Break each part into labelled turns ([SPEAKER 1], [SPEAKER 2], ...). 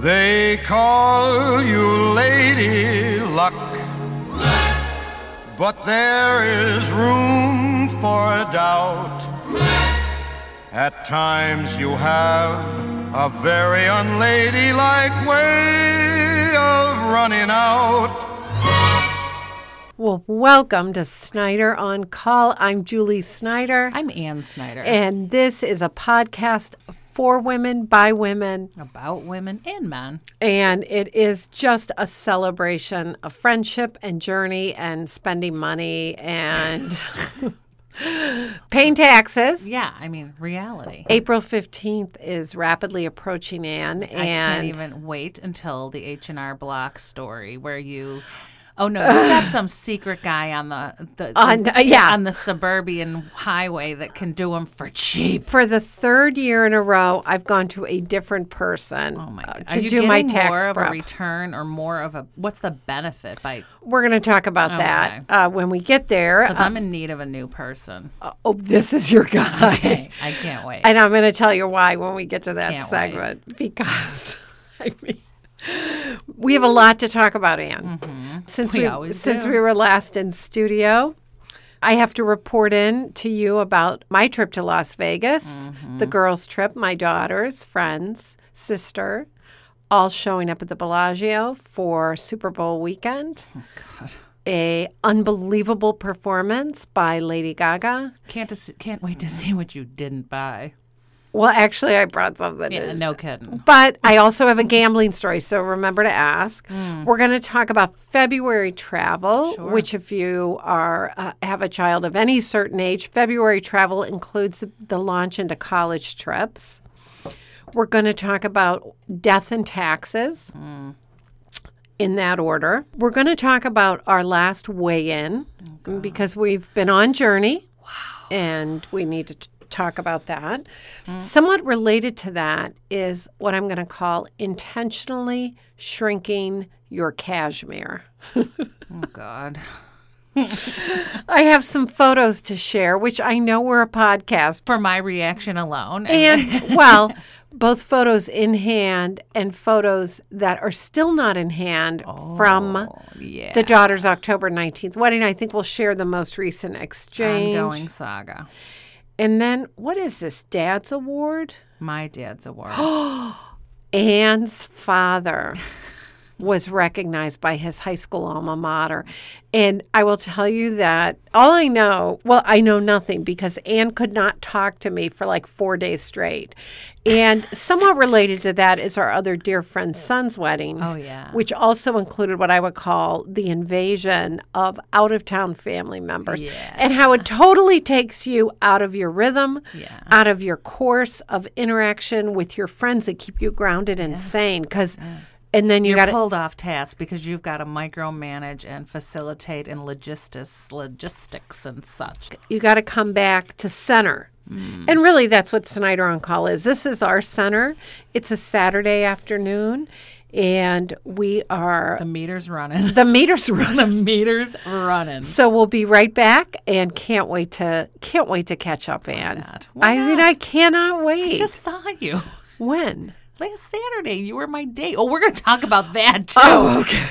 [SPEAKER 1] They call you Lady Luck, but there is room for doubt. At times you have a very unladylike way of running out.
[SPEAKER 2] Well, welcome to Snyder on Call. I'm Julie Snyder,
[SPEAKER 3] I'm Ann Snyder.
[SPEAKER 2] and this is a podcast for women by women,
[SPEAKER 3] about women and men.
[SPEAKER 2] and it is just a celebration of friendship and journey and spending money and paying taxes.
[SPEAKER 3] Yeah, I mean reality.
[SPEAKER 2] April 15th is rapidly approaching, Anne, and
[SPEAKER 3] I can't even wait until the H and R Block story where you. Oh no, you got some secret guy on the, the, the-
[SPEAKER 2] On the- yeah.
[SPEAKER 3] on the suburban highway that can do them for cheap.
[SPEAKER 2] for the third year in a row, I've gone to a different person
[SPEAKER 3] Oh my
[SPEAKER 2] uh,
[SPEAKER 3] god!
[SPEAKER 2] to
[SPEAKER 3] Are you
[SPEAKER 2] do my
[SPEAKER 3] getting
[SPEAKER 2] tax
[SPEAKER 3] more of
[SPEAKER 2] prep.
[SPEAKER 3] a return or more of a what's the benefit by?
[SPEAKER 2] We're going to talk about that uh, when we get there.
[SPEAKER 3] Because I'm in need of a new person.
[SPEAKER 2] Oh, this is your guy.
[SPEAKER 3] Okay, I can't wait.
[SPEAKER 2] And I'm going to tell you why when we get to that
[SPEAKER 3] Can't wait.
[SPEAKER 2] segment because I mean we have a lot to talk about, Anne. Since
[SPEAKER 3] Mm-hmm. We
[SPEAKER 2] we,
[SPEAKER 3] always
[SPEAKER 2] since
[SPEAKER 3] do.
[SPEAKER 2] we were last in studio, I have to report in to you about my trip to Las Vegas,
[SPEAKER 3] Mm-hmm.
[SPEAKER 2] the girls' trip, my daughters, friends, sister, all showing up at the Bellagio for Super Bowl weekend.
[SPEAKER 3] Oh,
[SPEAKER 2] A unbelievable performance by Lady Gaga.
[SPEAKER 3] can't to see, can't wait to see what you didn't buy.
[SPEAKER 2] Well, actually, I brought something.
[SPEAKER 3] Yeah,
[SPEAKER 2] in.
[SPEAKER 3] no kidding.
[SPEAKER 2] But I also have a gambling story, so remember to ask. We're going to talk about February travel, which, if you are uh, have a child of any certain age, February travel includes the launch into college trips. We're going to talk about death and taxes in that order. We're going to talk about our last weigh in because we've been on journey. And we need to t- talk about that. Somewhat related to that is what I'm going to call intentionally shrinking your cashmere.
[SPEAKER 3] Oh God.
[SPEAKER 2] I have some photos to share, which I know we're a podcast,
[SPEAKER 3] for my reaction alone.
[SPEAKER 2] and well, both photos in hand and photos that are still not in hand from
[SPEAKER 3] yeah.
[SPEAKER 2] the daughter's October 19th wedding. I think we'll share the most recent exchange.
[SPEAKER 3] ongoing saga.
[SPEAKER 2] And then, what is this? Dad's award?
[SPEAKER 3] My dad's award.
[SPEAKER 2] Anne's father was recognized by his high school alma mater. And I will tell you that all I know, well, I know nothing because Anne could not talk to me for like four days straight. And somewhat related to that is our other dear friend's son's wedding.
[SPEAKER 3] Oh, yeah.
[SPEAKER 2] Which also included what I would call the invasion of out of town family members
[SPEAKER 3] Yeah.
[SPEAKER 2] and how it totally takes you out of your rhythm
[SPEAKER 3] Yeah.
[SPEAKER 2] out of your course of interaction with your friends that keep you grounded and sane because and then you
[SPEAKER 3] You're
[SPEAKER 2] got to
[SPEAKER 3] pulled off task because you've got to micromanage and facilitate and logistics, logistics and such.
[SPEAKER 2] you got to come back to center
[SPEAKER 3] Mm.
[SPEAKER 2] and really that's what snyder on call is this is our center it's a saturday afternoon and we are
[SPEAKER 3] The meter's running.
[SPEAKER 2] the meters run
[SPEAKER 3] the meter's running.
[SPEAKER 2] so we'll be right back and can't wait to can't wait to catch up Anne.
[SPEAKER 3] not? Why
[SPEAKER 2] i mean
[SPEAKER 3] not?
[SPEAKER 2] i cannot wait
[SPEAKER 3] Just saw you
[SPEAKER 2] when
[SPEAKER 3] last Saturday. You were my date. Oh, we're gonna talk about that too.
[SPEAKER 2] oh okay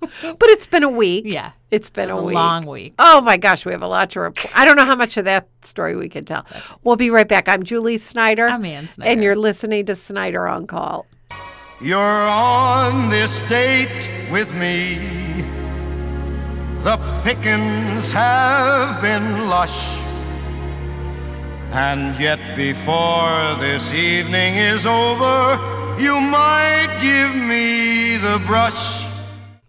[SPEAKER 2] but it's been a week
[SPEAKER 3] yeah,
[SPEAKER 2] it's been a,
[SPEAKER 3] a
[SPEAKER 2] week
[SPEAKER 3] long week.
[SPEAKER 2] Oh my gosh, we have a lot to report. I don't know how much of that story we can tell. We'll be right back. I'm Julie Snyder.
[SPEAKER 3] I'm Ann
[SPEAKER 2] And
[SPEAKER 3] Snyder.
[SPEAKER 2] you're listening to Snyder on Call.
[SPEAKER 1] You're on this date with me. The pickings have been lush. And yet, before this evening is over, you might give me the brush.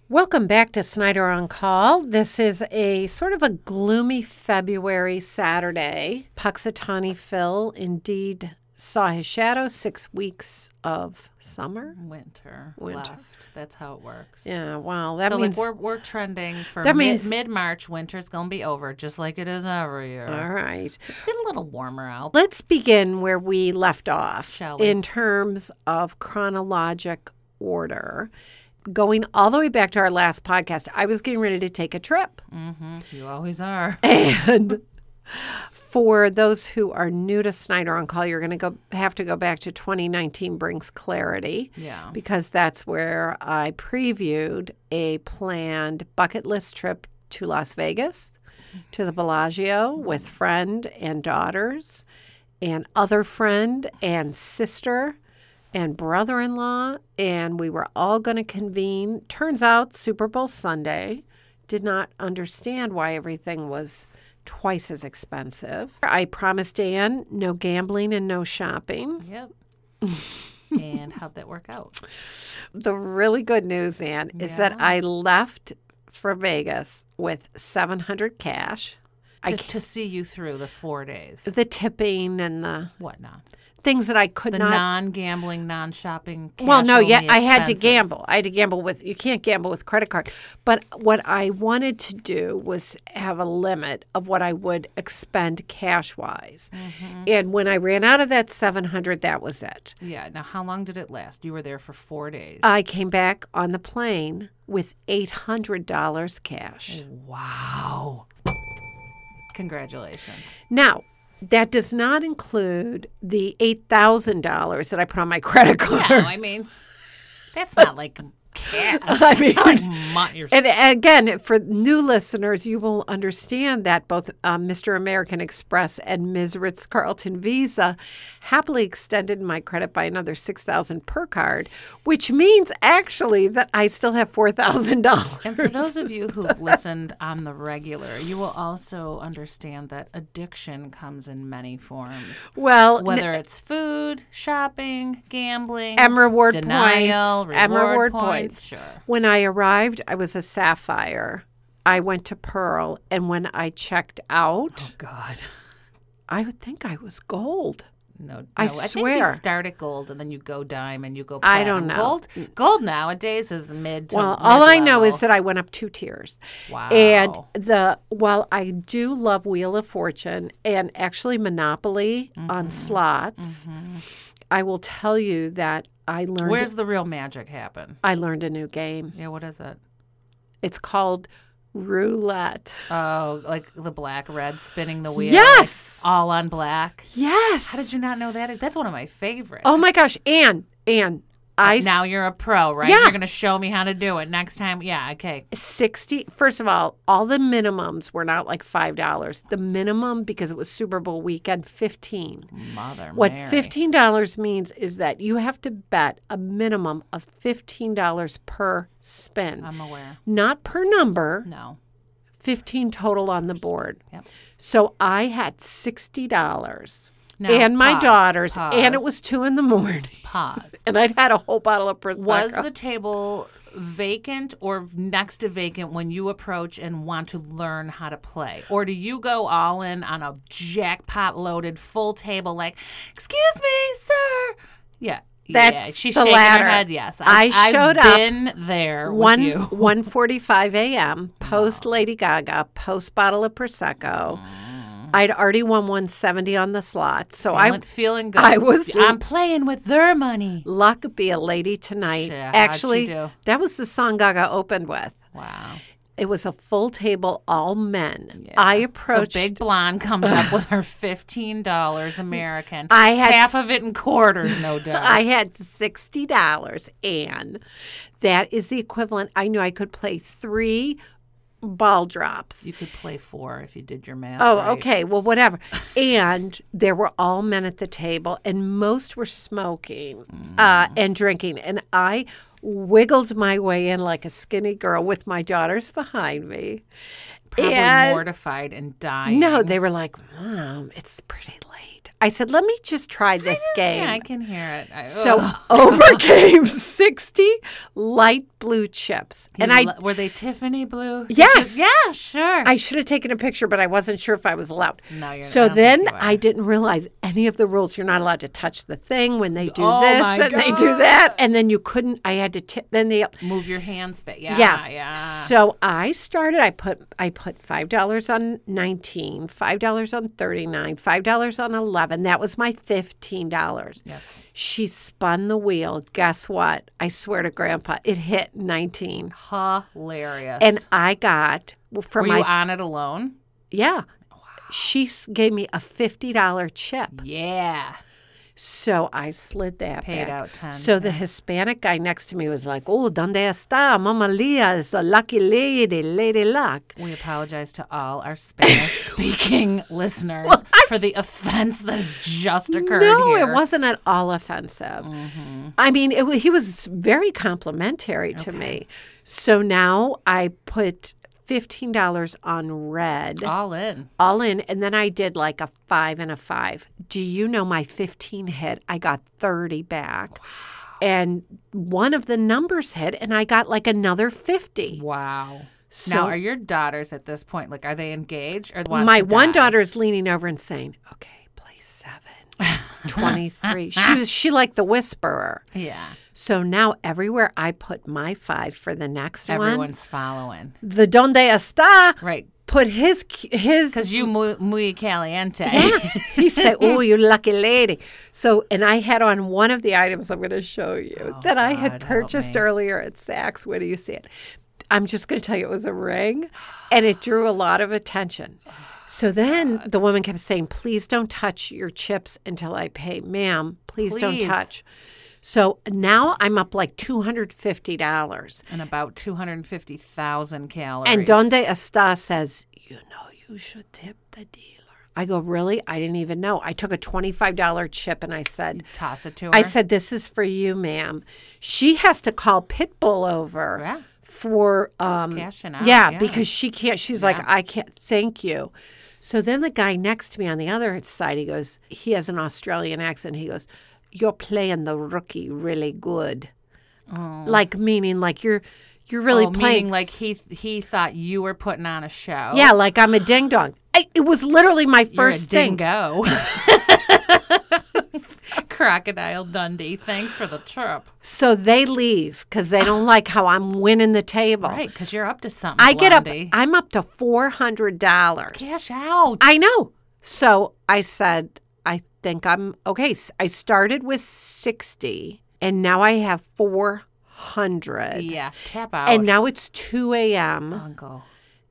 [SPEAKER 2] Welcome back to Snyder on Call. This is a sort of a gloomy February Saturday. Puxatawny Phil indeed saw his shadow six weeks of summer.
[SPEAKER 3] Winter,
[SPEAKER 2] Winter.
[SPEAKER 3] left. That's how it works.
[SPEAKER 2] Yeah, wow. That
[SPEAKER 3] So
[SPEAKER 2] means.
[SPEAKER 3] like we're we're trending for
[SPEAKER 2] That
[SPEAKER 3] mid,
[SPEAKER 2] means-
[SPEAKER 3] mid-March. Winter's gonna be over, just like it is every year.
[SPEAKER 2] all right.
[SPEAKER 3] It's getting a little warmer out.
[SPEAKER 2] Let's begin where we left off
[SPEAKER 3] Shall we?
[SPEAKER 2] in terms of chronologic order. Going all the way back to our last Mm-hmm. podcast, I was getting ready to take a trip.
[SPEAKER 3] Mm. hmm You always are.
[SPEAKER 2] And for those who are new to Snyder on Call, you're going to go have to go back to 2019 brings clarity.
[SPEAKER 3] Yeah.
[SPEAKER 2] Because that's where I previewed a planned bucket list trip to Las Vegas, to the Bellagio with friend and daughters, and other friend and sister and brother-in-law, and we were all going to convene. Turns out Super Bowl Sunday did not understand why everything was twice as expensive. I promised Dan no gambling and no shopping.
[SPEAKER 3] Yep. and how'd that work out?
[SPEAKER 2] The really good news, Ann, is that I left for Vegas with 700 cash. I,
[SPEAKER 3] To, to see you through the four days,
[SPEAKER 2] the tipping and the
[SPEAKER 3] whatnot.
[SPEAKER 2] things that I could
[SPEAKER 3] The
[SPEAKER 2] not.
[SPEAKER 3] non-gambling, non-shopping.
[SPEAKER 2] well, no,
[SPEAKER 3] cash-only
[SPEAKER 2] yeah, I had to
[SPEAKER 3] expenses.
[SPEAKER 2] gamble. I had to gamble with. You can't gamble with credit card. But what I wanted to do was have a limit of what I would expend cash wise.
[SPEAKER 3] Mm-hmm.
[SPEAKER 2] And when I ran out of that 700, that was it.
[SPEAKER 3] Yeah. Now, how long did it last? You were there for four days.
[SPEAKER 2] I came back on the plane with $800 cash.
[SPEAKER 3] wow. Congratulations.
[SPEAKER 2] Now, that does not include the $8,000 that I put on my credit card.
[SPEAKER 3] No, I mean, that's not like cash.
[SPEAKER 2] I mean-
[SPEAKER 3] Oh. Not your-
[SPEAKER 2] And again, for new listeners, you will understand that both um, Mr. American Express and Ms. Ritz Carlton Visa happily extended my credit by another six thousand per card, which means actually that I still have four thousand
[SPEAKER 3] And
[SPEAKER 2] dollars.
[SPEAKER 3] for those of you who've listened on the regular, you will also understand that addiction comes in many forms,
[SPEAKER 2] Well, n-
[SPEAKER 3] whether it's food, shopping, gambling,
[SPEAKER 2] M reward
[SPEAKER 3] denial,
[SPEAKER 2] points, M
[SPEAKER 3] reward
[SPEAKER 2] reward
[SPEAKER 3] points.
[SPEAKER 2] points.
[SPEAKER 3] Sure.
[SPEAKER 2] When I arrived, I was a sapphire. I went to pearl, and when I checked out,
[SPEAKER 3] God.
[SPEAKER 2] I would think I was gold.
[SPEAKER 3] No, no,
[SPEAKER 2] I
[SPEAKER 3] think
[SPEAKER 2] swear.
[SPEAKER 3] you start at gold and then you go dime and you go.
[SPEAKER 2] I don't
[SPEAKER 3] platinum.
[SPEAKER 2] know.
[SPEAKER 3] Gold, gold nowadays is mid. To
[SPEAKER 2] Well, all I know
[SPEAKER 3] mid-level.
[SPEAKER 2] is that I went up two tiers.
[SPEAKER 3] Wow.
[SPEAKER 2] And the while I do love Wheel of Fortune and actually Monopoly
[SPEAKER 3] Mm-hmm.
[SPEAKER 2] on slots, I will tell you that I learned
[SPEAKER 3] where's the real magic happen?
[SPEAKER 2] I learned a new game.
[SPEAKER 3] Yeah, what is it?
[SPEAKER 2] It's called roulette.
[SPEAKER 3] Oh, like the black red spinning the wheel. like,
[SPEAKER 2] Yes!
[SPEAKER 3] all on black.
[SPEAKER 2] Yes.
[SPEAKER 3] How did you not know that? That's one of my favorites.
[SPEAKER 2] Oh my gosh, Anne, Anne, I s-
[SPEAKER 3] Uh, now you're a pro, right?
[SPEAKER 2] Yeah.
[SPEAKER 3] You're gonna show me how to do it next time. Yeah, okay.
[SPEAKER 2] 60 first of all all the minimums were not like five dollars the minimum because it was super bowl weekend 15
[SPEAKER 3] Mother
[SPEAKER 2] What
[SPEAKER 3] Mary.
[SPEAKER 2] $15 means is that you have to bet a minimum of $15 per spin,
[SPEAKER 3] I'm aware.
[SPEAKER 2] not per number,
[SPEAKER 3] No. Mm.
[SPEAKER 2] 15 total on the board.
[SPEAKER 3] Yep.
[SPEAKER 2] So I had $60
[SPEAKER 3] Now,
[SPEAKER 2] and my
[SPEAKER 3] pause,
[SPEAKER 2] daughters, and it
[SPEAKER 3] pause,
[SPEAKER 2] was two in the morning,
[SPEAKER 3] pause.
[SPEAKER 2] and I'd had a whole bottle of Prosecco.
[SPEAKER 3] Was the table vacant or next to vacant when you approach and want to learn how to play? Or do you go all in on a jackpot loaded full table like, excuse me, sir? Yeah. yeah.
[SPEAKER 2] That's
[SPEAKER 3] she's
[SPEAKER 2] the
[SPEAKER 3] shaking
[SPEAKER 2] latter.
[SPEAKER 3] her head. Yes,
[SPEAKER 2] I showed up
[SPEAKER 3] have been there with
[SPEAKER 2] one
[SPEAKER 3] you.
[SPEAKER 2] 1:45 a.m. post Lady Gaga, post bottle of prosecco. I'd already won 170 on the slot, so I
[SPEAKER 3] I went Mm. feeling good.
[SPEAKER 2] I was-
[SPEAKER 3] I'm playing with their money.
[SPEAKER 2] Luck Be a Lady Tonight.
[SPEAKER 3] Sure, how'd she
[SPEAKER 2] Actually,
[SPEAKER 3] do?
[SPEAKER 2] that was the song Gaga opened with.
[SPEAKER 3] Wow.
[SPEAKER 2] It was a full table, all men. I
[SPEAKER 3] So
[SPEAKER 2] approached.
[SPEAKER 3] big blonde comes up with her fifteen dollars American.
[SPEAKER 2] I had
[SPEAKER 3] half
[SPEAKER 2] s-
[SPEAKER 3] of it in quarters, no doubt.
[SPEAKER 2] I had sixty dollars, and that is the equivalent. I knew I could play three ball drops.
[SPEAKER 3] You could play four if you did your math.
[SPEAKER 2] Oh,
[SPEAKER 3] right.
[SPEAKER 2] okay. Well, whatever. And there were all men at the table, and most were smoking uh,
[SPEAKER 3] Mm.
[SPEAKER 2] and drinking. And I wiggled my way in like a skinny girl with my daughters behind me.
[SPEAKER 3] Probably
[SPEAKER 2] And-
[SPEAKER 3] mortified and dying.
[SPEAKER 2] No, they were like, Mom, it's pretty late. I said, Let me just try this game.
[SPEAKER 3] Yeah, I can hear it. I, oh,
[SPEAKER 2] so
[SPEAKER 3] ugh.
[SPEAKER 2] over came 60 light blue chips. And
[SPEAKER 3] You
[SPEAKER 2] I
[SPEAKER 3] lo- were they Tiffany blue? You
[SPEAKER 2] Yes.
[SPEAKER 3] just- yeah, sure.
[SPEAKER 2] I should have taken a picture, but I wasn't sure if I was allowed.
[SPEAKER 3] No, you're- I
[SPEAKER 2] so
[SPEAKER 3] don't think
[SPEAKER 2] then
[SPEAKER 3] you are.
[SPEAKER 2] I didn't realize any of the rules. You're not allowed to touch the thing when they do
[SPEAKER 3] Oh,
[SPEAKER 2] this
[SPEAKER 3] my
[SPEAKER 2] and they do that, and then you couldn't. I had to tip. Then they
[SPEAKER 3] Move your hands, but yeah,
[SPEAKER 2] yeah.
[SPEAKER 3] yeah, yeah.
[SPEAKER 2] So I started. I put I put five dollars on 19, five dollars on thirty nine, five dollars on eleven. That was my fifteen dollars.
[SPEAKER 3] Yes.
[SPEAKER 2] She spun the wheel. Guess what? I swear to Grandpa, it hit nineteen,
[SPEAKER 3] Hilarious.
[SPEAKER 2] and I got well, for
[SPEAKER 3] were
[SPEAKER 2] my
[SPEAKER 3] you on it alone?
[SPEAKER 2] yeah. She s- gave me a $50 chip.
[SPEAKER 3] Yeah.
[SPEAKER 2] So I slid that
[SPEAKER 3] Paid
[SPEAKER 2] back.
[SPEAKER 3] out 10,
[SPEAKER 2] So the Hispanic guy next to me was like, "Oh, donde está, Mama Leah? It's a lucky lady, Lady Luck."
[SPEAKER 3] We apologize to all our Spanish speaking listeners for the offense that has just occurred
[SPEAKER 2] No,
[SPEAKER 3] here. Mm-hmm.
[SPEAKER 2] it wasn't at all offensive. I mean, it, wa- he was very complimentary to me. So now I put fifteen dollars on red,
[SPEAKER 3] all in.
[SPEAKER 2] all in, and then I did like a five and a five. Do you know my fifteen hit? I got thirty back. And one of the numbers hit, and I got like another 50.
[SPEAKER 3] Wow.
[SPEAKER 2] So-
[SPEAKER 3] now, are your daughters at this point like are they engaged or the ones
[SPEAKER 2] my
[SPEAKER 3] that
[SPEAKER 2] one
[SPEAKER 3] died?
[SPEAKER 2] daughter is leaning over and saying, "Okay, play seven. 23. She was she liked the whisperer.
[SPEAKER 3] Yeah,
[SPEAKER 2] So now everywhere I put my five for the next one,
[SPEAKER 3] everyone's following.
[SPEAKER 2] the donde está
[SPEAKER 3] Right,
[SPEAKER 2] put his cu- his.
[SPEAKER 3] because you muy, muy caliente.
[SPEAKER 2] he said, "Oh, you lucky lady." So and I had on one of the items I'm going to show you that I
[SPEAKER 3] Oh, God,
[SPEAKER 2] had
[SPEAKER 3] help
[SPEAKER 2] purchased
[SPEAKER 3] me.
[SPEAKER 2] earlier at Saks. Where do you see it? I'm just going to tell you it was a ring, and it drew a lot of attention.
[SPEAKER 3] Oh,
[SPEAKER 2] So then the woman kept saying, "Please don't touch your chips until I pay, ma'am. Please, don't
[SPEAKER 3] Please.
[SPEAKER 2] touch." So now I'm up like two hundred fifty dollars,
[SPEAKER 3] and about two hundred fifty thousand calories.
[SPEAKER 2] and Donde Esta says, "You know, you should tip the dealer." I go, "Really? I didn't even know." I took a twenty-five dollar chip and I said.
[SPEAKER 3] toss it to her.
[SPEAKER 2] I said, This is for you, ma'am. She has to call Pitbull over
[SPEAKER 3] Yeah.
[SPEAKER 2] for um
[SPEAKER 3] Cashing out,
[SPEAKER 2] Yeah,
[SPEAKER 3] yeah.
[SPEAKER 2] because she can't she's like, I can't thank you. So then the guy next to me on the other side, he goes, he has an Australian accent. He goes, You're playing the rookie really good. Like meaning like you're you're really
[SPEAKER 3] oh,
[SPEAKER 2] playing
[SPEAKER 3] meaning like he he thought you were putting on a show.
[SPEAKER 2] Yeah, like I'm a ding dong. I- It was literally my
[SPEAKER 3] Oh. You're a
[SPEAKER 2] first thing.
[SPEAKER 3] dingo. Crocodile Dundee. Thanks for the trip.
[SPEAKER 2] So they leave because they don't like how I'm winning the table.
[SPEAKER 3] Right, because you're up to something.
[SPEAKER 2] I get up.
[SPEAKER 3] Blondie.
[SPEAKER 2] I'm up to four hundred dollars.
[SPEAKER 3] Cash out.
[SPEAKER 2] I know. So I said, I think I'm okay. S- I started with sixty, and now I have four hundred.
[SPEAKER 3] yeah, tap out,
[SPEAKER 2] And now it's two a.m.
[SPEAKER 3] Uncle.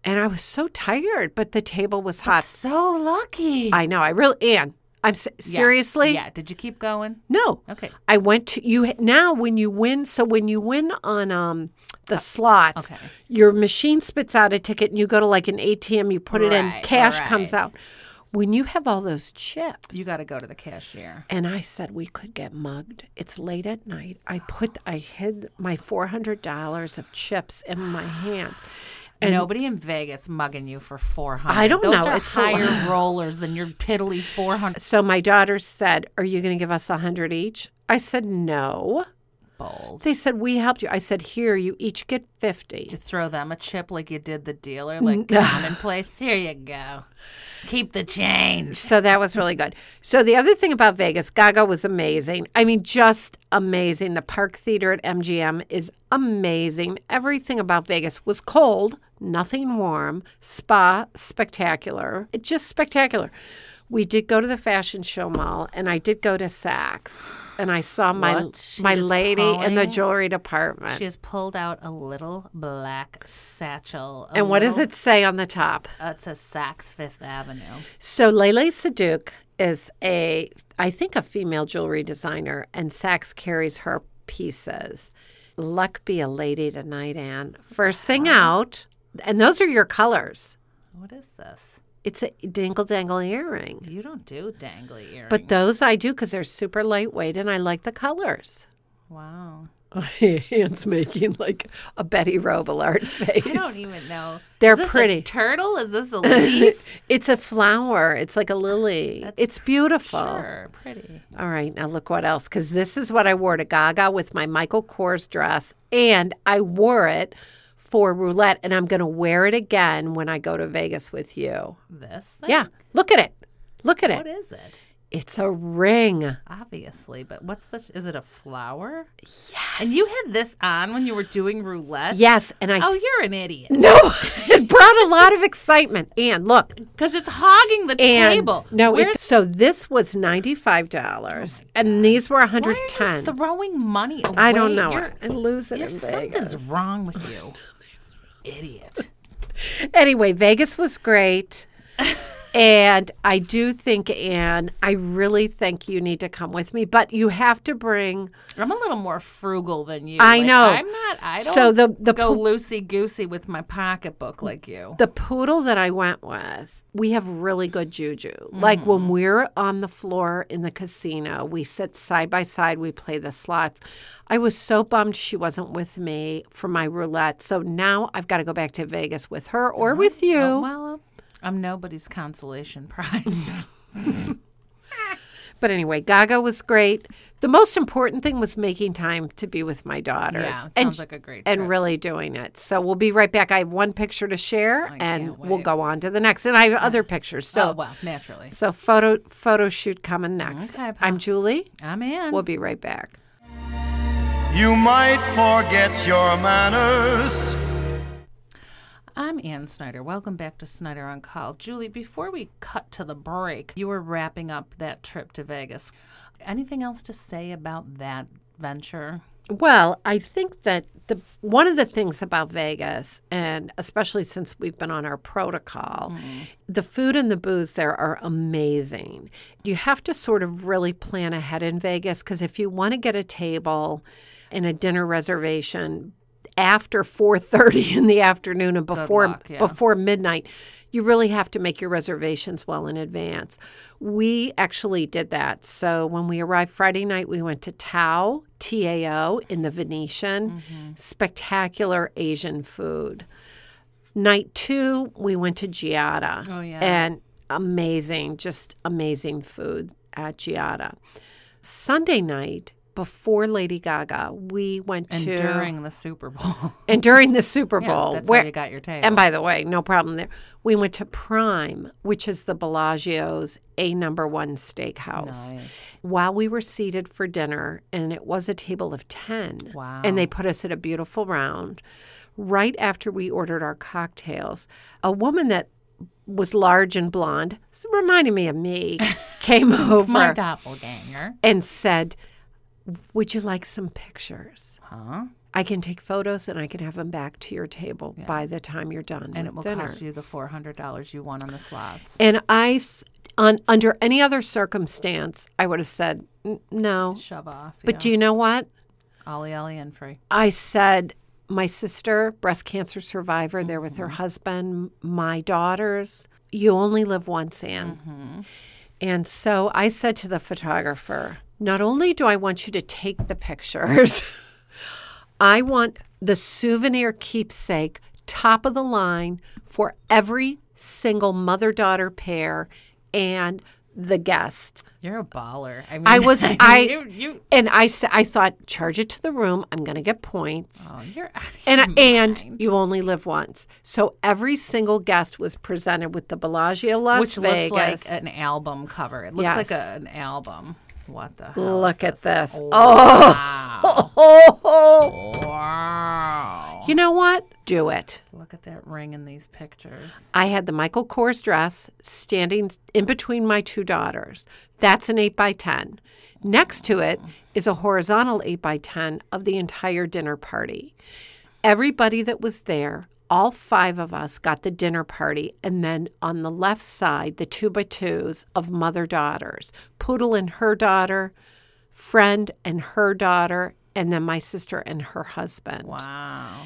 [SPEAKER 2] and I was so tired, but the table was hot.
[SPEAKER 3] So lucky.
[SPEAKER 2] I know. I really and I'm s-
[SPEAKER 3] Yeah,
[SPEAKER 2] seriously
[SPEAKER 3] Yeah. Did you keep going?
[SPEAKER 2] no.
[SPEAKER 3] Okay.
[SPEAKER 2] I went to you ha- now when you win. So when you win on um the slots,
[SPEAKER 3] Oh, okay.
[SPEAKER 2] your machine spits out a ticket, and you go to like an ATM, you put it in,
[SPEAKER 3] Right,
[SPEAKER 2] cash comes
[SPEAKER 3] right.
[SPEAKER 2] out. When you have all those chips,
[SPEAKER 3] You got to go to the cashier.
[SPEAKER 2] and I said we could get mugged. It's late at night. I put I hid my four hundred dollars of chips in my hand.
[SPEAKER 3] Nobody in Vegas mugging you for four hundred.
[SPEAKER 2] I don't
[SPEAKER 3] Those
[SPEAKER 2] know,
[SPEAKER 3] Are
[SPEAKER 2] it's a lot.
[SPEAKER 3] higher rollers than your piddly four hundred
[SPEAKER 2] So my daughter said, "Are you going to give us a hundred each?" I said, "No."
[SPEAKER 3] bold.
[SPEAKER 2] They said, "We helped you." I said, "Here, you each get fifty.
[SPEAKER 3] You throw them a chip like you did the dealer, like commonplace. Here you go. Keep the change.
[SPEAKER 2] So that was really good. So the other thing about Vegas, Gaga was amazing. I mean, just amazing. The Park Theater at MGM is amazing. Everything about Vegas was cold, nothing warm, spa spectacular. It just spectacular. We did go to the fashion show mall and I did go to Saks and I saw my
[SPEAKER 3] What? She
[SPEAKER 2] my
[SPEAKER 3] is
[SPEAKER 2] lady in the
[SPEAKER 3] pawing?
[SPEAKER 2] jewelry department.
[SPEAKER 3] She has pulled out a little black satchel. a
[SPEAKER 2] and what does
[SPEAKER 3] little-
[SPEAKER 2] it say on the top?
[SPEAKER 3] Uh, it's a Saks Fifth Avenue.
[SPEAKER 2] So Lele Sadouk is a, I think, a female jewelry designer, and Saks carries her pieces. Luck be a lady tonight, Anne. First thing out, and those are your colors.
[SPEAKER 3] What is this?
[SPEAKER 2] It's a dingle dangle earring.
[SPEAKER 3] You don't do dangly earrings.
[SPEAKER 2] But those I do because they're super lightweight and I like the colors.
[SPEAKER 3] wow.
[SPEAKER 2] Anne's making like a Betty Robillard face.
[SPEAKER 3] I don't even know.
[SPEAKER 2] They're
[SPEAKER 3] Is this a
[SPEAKER 2] pretty. Oh.
[SPEAKER 3] turtle? Is this a leaf?
[SPEAKER 2] It's a flower. It's like a lily. it's beautiful.
[SPEAKER 3] sure, pretty.
[SPEAKER 2] All right, now look what else, because this is what I wore to Gaga with my Michael Kors dress, and I wore it for roulette, and I'm going to wear it again when I go to Vegas with you.
[SPEAKER 3] This? Thing?
[SPEAKER 2] Yeah, look at it. Look at
[SPEAKER 3] What
[SPEAKER 2] it.
[SPEAKER 3] is it?
[SPEAKER 2] It's a ring.
[SPEAKER 3] Obviously, but what's the? Is it a flower? Yes. And you had this on when you were doing roulette.
[SPEAKER 2] Yes, and I.
[SPEAKER 3] Oh, you're an idiot.
[SPEAKER 2] No, it brought a lot of excitement. And look,
[SPEAKER 3] Because it's hogging the
[SPEAKER 2] and
[SPEAKER 3] table.
[SPEAKER 2] no,
[SPEAKER 3] Where's Oh
[SPEAKER 2] it, so this was ninety five dollars, and these were one
[SPEAKER 3] why
[SPEAKER 2] hundred
[SPEAKER 3] are you
[SPEAKER 2] ten.
[SPEAKER 3] throwing money away?
[SPEAKER 2] I don't know.
[SPEAKER 3] You're,
[SPEAKER 2] I lose it in
[SPEAKER 3] you're-
[SPEAKER 2] Vegas.
[SPEAKER 3] something's wrong with you, idiot.
[SPEAKER 2] Anyway, Vegas was great. And I do think, Anne, I really think you need to come with me, but you have to bring.
[SPEAKER 3] I'm a little more frugal than you.
[SPEAKER 2] I
[SPEAKER 3] Like,
[SPEAKER 2] know.
[SPEAKER 3] I'm not. I don't.
[SPEAKER 2] So the- the
[SPEAKER 3] go
[SPEAKER 2] po-
[SPEAKER 3] loosey goosey with my pocketbook like you.
[SPEAKER 2] The poodle that I went with, we have really good juju. Like
[SPEAKER 3] Mm-hmm.
[SPEAKER 2] when we're on the floor in the casino, we sit side by side, we play the slots. I was so bummed she wasn't with me for my roulette. So now I've got to go back to Vegas with her
[SPEAKER 3] Oh,
[SPEAKER 2] or with you.
[SPEAKER 3] well, um, I'm nobody's consolation prize.
[SPEAKER 2] But anyway, Gaga was great. The most important thing was making time to be with my daughters.
[SPEAKER 3] Yeah, sounds like a great
[SPEAKER 2] And
[SPEAKER 3] trip.
[SPEAKER 2] really doing it. So we'll be right back. I have one picture to share and we'll go on to the next. And I have other pictures. So
[SPEAKER 3] oh well, naturally.
[SPEAKER 2] So photo photo shoot coming next.
[SPEAKER 3] Okay, pal.
[SPEAKER 2] I'm Julie.
[SPEAKER 3] I'm in.
[SPEAKER 2] We'll be right back.
[SPEAKER 1] You might forget your manners.
[SPEAKER 3] I'm Ann Snyder. Welcome back to Snyder on Call. Julie, before we cut to the break, you were wrapping up that trip to Vegas. Anything else to say about that venture?
[SPEAKER 2] Well, I think that the one of the things about Vegas, and especially since we've been on our protocol,
[SPEAKER 3] Mm.
[SPEAKER 2] the food and the booze there are amazing. You have to sort of really plan ahead in Vegas because if you want to get a table and a dinner reservation after 4:30 in the afternoon and before
[SPEAKER 3] luck, yeah.
[SPEAKER 2] before midnight, you really have to make your reservations well in advance. We actually did that. So when we arrived Friday night, we went to Tao, T A O, in the Venetian.
[SPEAKER 3] Mm-hmm.
[SPEAKER 2] Spectacular Asian food. Night two, we went to Giada.
[SPEAKER 3] Oh, yeah.
[SPEAKER 2] And amazing, just amazing food at Giada. Sunday night, before Lady Gaga, we went
[SPEAKER 3] And
[SPEAKER 2] to
[SPEAKER 3] during the Super Bowl.
[SPEAKER 2] and during the Super
[SPEAKER 3] Yeah,
[SPEAKER 2] Bowl,
[SPEAKER 3] that's
[SPEAKER 2] where-
[SPEAKER 3] how you got your table.
[SPEAKER 2] and by the way, no problem there. We went to Prime, which is the Bellagio's A number one
[SPEAKER 3] Oh,
[SPEAKER 2] steakhouse.
[SPEAKER 3] Nice.
[SPEAKER 2] While we were seated for dinner, and it was a table of 10.
[SPEAKER 3] Wow.
[SPEAKER 2] And they put us at a beautiful round. Right after we ordered our cocktails, a woman that was large and blonde, s- reminding me of me, came over
[SPEAKER 3] My doppelganger.
[SPEAKER 2] and said, Would you like some pictures?
[SPEAKER 3] Huh?
[SPEAKER 2] I can take photos and I can have them back to your table by the time you're done.
[SPEAKER 3] And
[SPEAKER 2] with
[SPEAKER 3] it will
[SPEAKER 2] dinner.
[SPEAKER 3] cost you the four hundred dollars you won on the slots.
[SPEAKER 2] And I, th- on under any other circumstance, I would have said "N- no.
[SPEAKER 3] Shove off.
[SPEAKER 2] But do you know what?
[SPEAKER 3] Ollie Ollie and free.
[SPEAKER 2] I said my sister, breast cancer survivor, there with her husband, my daughters. You only live once, Anne. And so I said to the photographer, not only do I want you to take the pictures, I want the souvenir keepsake top of the line for every single mother daughter pair and the guest.
[SPEAKER 3] You're a baller. I mean,
[SPEAKER 2] I was I
[SPEAKER 3] you, you
[SPEAKER 2] and I said I thought charge it to the room. I'm going to get points.
[SPEAKER 3] oh, you're
[SPEAKER 2] And I- and you only live once. So every single guest was presented with the Bellagio Las
[SPEAKER 3] which
[SPEAKER 2] Vegas.
[SPEAKER 3] looks like an album cover. It looks like
[SPEAKER 2] Yes.
[SPEAKER 3] a, an album. What the hell?
[SPEAKER 2] Look at this. oh.
[SPEAKER 3] Wow.
[SPEAKER 2] You know what? Do it.
[SPEAKER 3] Look at that ring in these pictures.
[SPEAKER 2] I had the Michael Kors dress standing in between my two daughters. That's an 8 by 10. Next to it is a horizontal 8 by 10 of the entire dinner party. Everybody that was there, all five of us got the dinner party, and then on the left side, the two by twos of mother daughters Poodle and her daughter, Friend and her daughter, and then my sister and her husband.
[SPEAKER 3] Wow.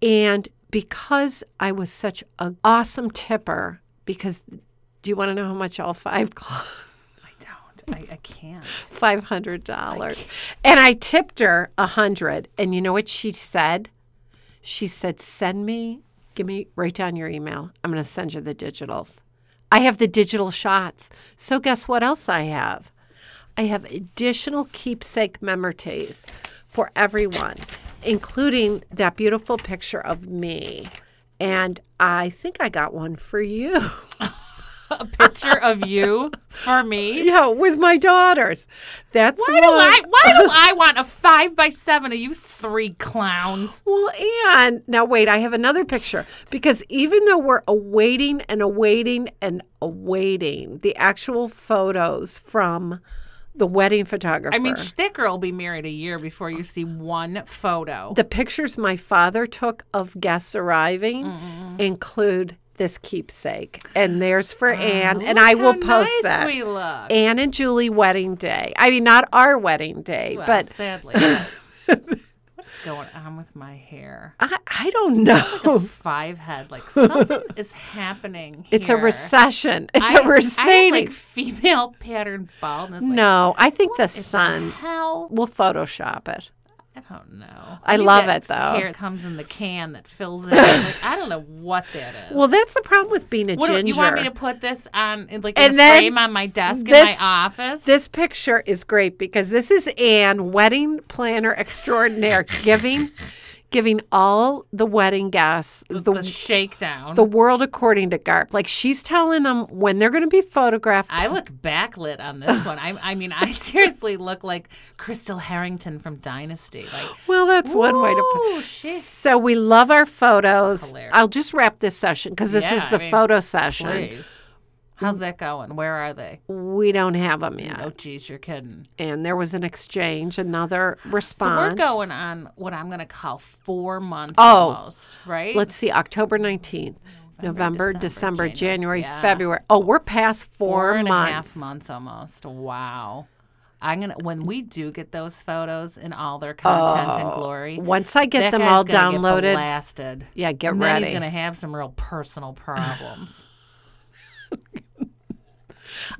[SPEAKER 2] And because I was such an awesome tipper, because do you want to know how much all five cost?
[SPEAKER 3] I don't. I, I can't.
[SPEAKER 2] Five hundred dollars. And I tipped her a hundred. And you know what she said? She said, "Send me, give me, write down your email. I'm going to send you the digitals. I have the digital shots. So guess what else I have? I have additional keepsake memories for everyone, including that beautiful picture of me." And I think I got one for you.
[SPEAKER 3] A picture of you for me.
[SPEAKER 2] yeah, with my daughters. That's
[SPEAKER 3] Why do I? Why do I want a five by seven? Are you three clowns?
[SPEAKER 2] Well, and now wait, I have another picture because even though we're awaiting and awaiting and awaiting the actual photos from the wedding photographer.
[SPEAKER 3] I mean, sh- that girl will be married a year before you see one photo. Mm-hmm.
[SPEAKER 2] the pictures my father took of guests arriving include this keepsake. And there's for Anne. And I will
[SPEAKER 3] Oh, How
[SPEAKER 2] post
[SPEAKER 3] nice
[SPEAKER 2] that.
[SPEAKER 3] We look.
[SPEAKER 2] Anne and Julie wedding day. I mean, not our wedding day,
[SPEAKER 3] Well,
[SPEAKER 2] but
[SPEAKER 3] sadly, but what's going on with my hair?
[SPEAKER 2] I, I don't know.
[SPEAKER 3] Five head, like something is happening.
[SPEAKER 2] It's a
[SPEAKER 3] here.
[SPEAKER 2] recession. It's
[SPEAKER 3] I-
[SPEAKER 2] a
[SPEAKER 3] I have,
[SPEAKER 2] receding.
[SPEAKER 3] like female pattern baldness. Like,
[SPEAKER 2] no, I think the
[SPEAKER 3] what
[SPEAKER 2] sun
[SPEAKER 3] How?
[SPEAKER 2] will Photoshop it.
[SPEAKER 3] I don't know.
[SPEAKER 2] I
[SPEAKER 3] Maybe
[SPEAKER 2] love
[SPEAKER 3] that's
[SPEAKER 2] it,
[SPEAKER 3] the
[SPEAKER 2] though.
[SPEAKER 3] Hair that comes in the can that fills it. like, I don't know what that is.
[SPEAKER 2] Well, that's the problem with being a
[SPEAKER 3] what
[SPEAKER 2] ginger.
[SPEAKER 3] do, you want me to put this on, in, like
[SPEAKER 2] And
[SPEAKER 3] in a
[SPEAKER 2] then
[SPEAKER 3] frame on my desk in
[SPEAKER 2] this-
[SPEAKER 3] my office?
[SPEAKER 2] This picture is great because this is Anne, wedding planner extraordinaire, giving giving all the wedding guests
[SPEAKER 3] the,
[SPEAKER 2] the
[SPEAKER 3] shakedown.
[SPEAKER 2] the world according to Garp. Like she's telling them when they're going to be photographed.
[SPEAKER 3] I look backlit on this one. I, I mean, I seriously look like Crystal Harrington from Dynasty. Like,
[SPEAKER 2] well, that's one way to put.
[SPEAKER 3] ooh, shit.
[SPEAKER 2] So we love our photos.
[SPEAKER 3] Hilarious.
[SPEAKER 2] I'll just wrap this session because this
[SPEAKER 3] Yeah,
[SPEAKER 2] is the
[SPEAKER 3] I mean,
[SPEAKER 2] photo session.
[SPEAKER 3] Please. How's that going? Where are they?
[SPEAKER 2] We don't have them yet.
[SPEAKER 3] Oh, geez, you're kidding.
[SPEAKER 2] And there was an exchange, another
[SPEAKER 3] So
[SPEAKER 2] response.
[SPEAKER 3] we're going on what I'm going to call four months
[SPEAKER 2] Oh.
[SPEAKER 3] almost, right?
[SPEAKER 2] Let's see, October 19th, November, December, January,
[SPEAKER 3] January, yeah.
[SPEAKER 2] February. Oh, we're past four,
[SPEAKER 3] four and a
[SPEAKER 2] months.
[SPEAKER 3] half months almost. Wow. I'm gonna when we do get those photos in all their content and glory.
[SPEAKER 2] Oh, Once I get
[SPEAKER 3] that
[SPEAKER 2] them
[SPEAKER 3] guy's
[SPEAKER 2] all
[SPEAKER 3] gonna get
[SPEAKER 2] downloaded,
[SPEAKER 3] blasted.
[SPEAKER 2] yeah, get
[SPEAKER 3] and
[SPEAKER 2] ready.
[SPEAKER 3] Then he's gonna have some real personal problems.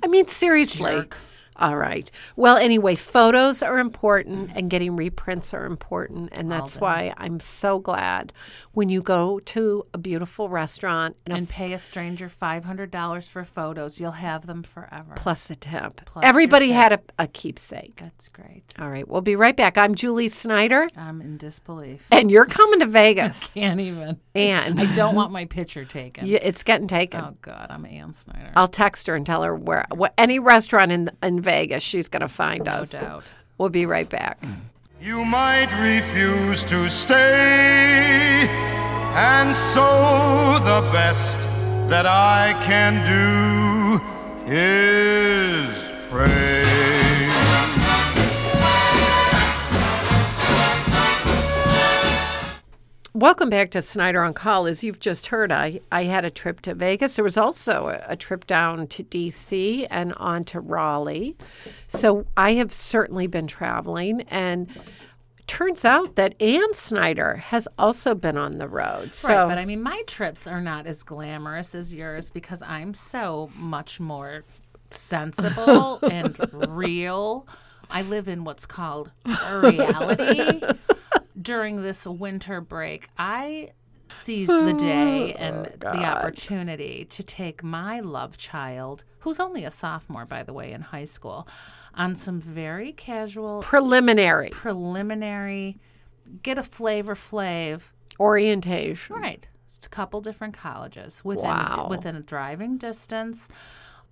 [SPEAKER 2] I mean, seriously.
[SPEAKER 3] Jerk.
[SPEAKER 2] All right. Well, anyway, photos are important and getting reprints are important. And that's why I'm so glad when you go to a beautiful restaurant and,
[SPEAKER 3] and
[SPEAKER 2] a
[SPEAKER 3] pay a stranger five hundred dollars for photos. You'll have them forever.
[SPEAKER 2] plus a tip.
[SPEAKER 3] your
[SPEAKER 2] Everybody had a, a keepsake.
[SPEAKER 3] That's great.
[SPEAKER 2] All right. We'll be right back. I'm Julie Snyder,
[SPEAKER 3] I'm in disbelief.
[SPEAKER 2] and you're coming to Vegas.
[SPEAKER 3] Can't even.
[SPEAKER 2] and
[SPEAKER 3] I don't want my picture taken.
[SPEAKER 2] Yeah, Oh, it's getting taken.
[SPEAKER 3] Oh God, I'm Ann Snyder.
[SPEAKER 2] I'll text her and tell her where what any restaurant in in Vegas she's going to find
[SPEAKER 3] no
[SPEAKER 2] us.
[SPEAKER 3] doubt.
[SPEAKER 2] We'll be right back.
[SPEAKER 1] You might refuse to stay, and so the best that I can do is pray.
[SPEAKER 2] Welcome back to Snyder on Call. As you've just heard, I, I had a trip to Vegas. There was also a, a trip down to DC and on to Raleigh. So I have certainly been traveling and turns out that Ann Snyder has also been on the road. So
[SPEAKER 3] right, but I mean, my trips are not as glamorous as yours because I'm so much more sensible and real. I live in what's called reality. During this winter break, I seized the day
[SPEAKER 2] Oh,
[SPEAKER 3] and the opportunity to take my love child, who's only a sophomore, by the way, in high school, on some very casual,
[SPEAKER 2] preliminary
[SPEAKER 3] preliminary, get a flavor flave
[SPEAKER 2] orientation.
[SPEAKER 3] Right. It's a couple different colleges within
[SPEAKER 2] Wow.
[SPEAKER 3] within a driving distance.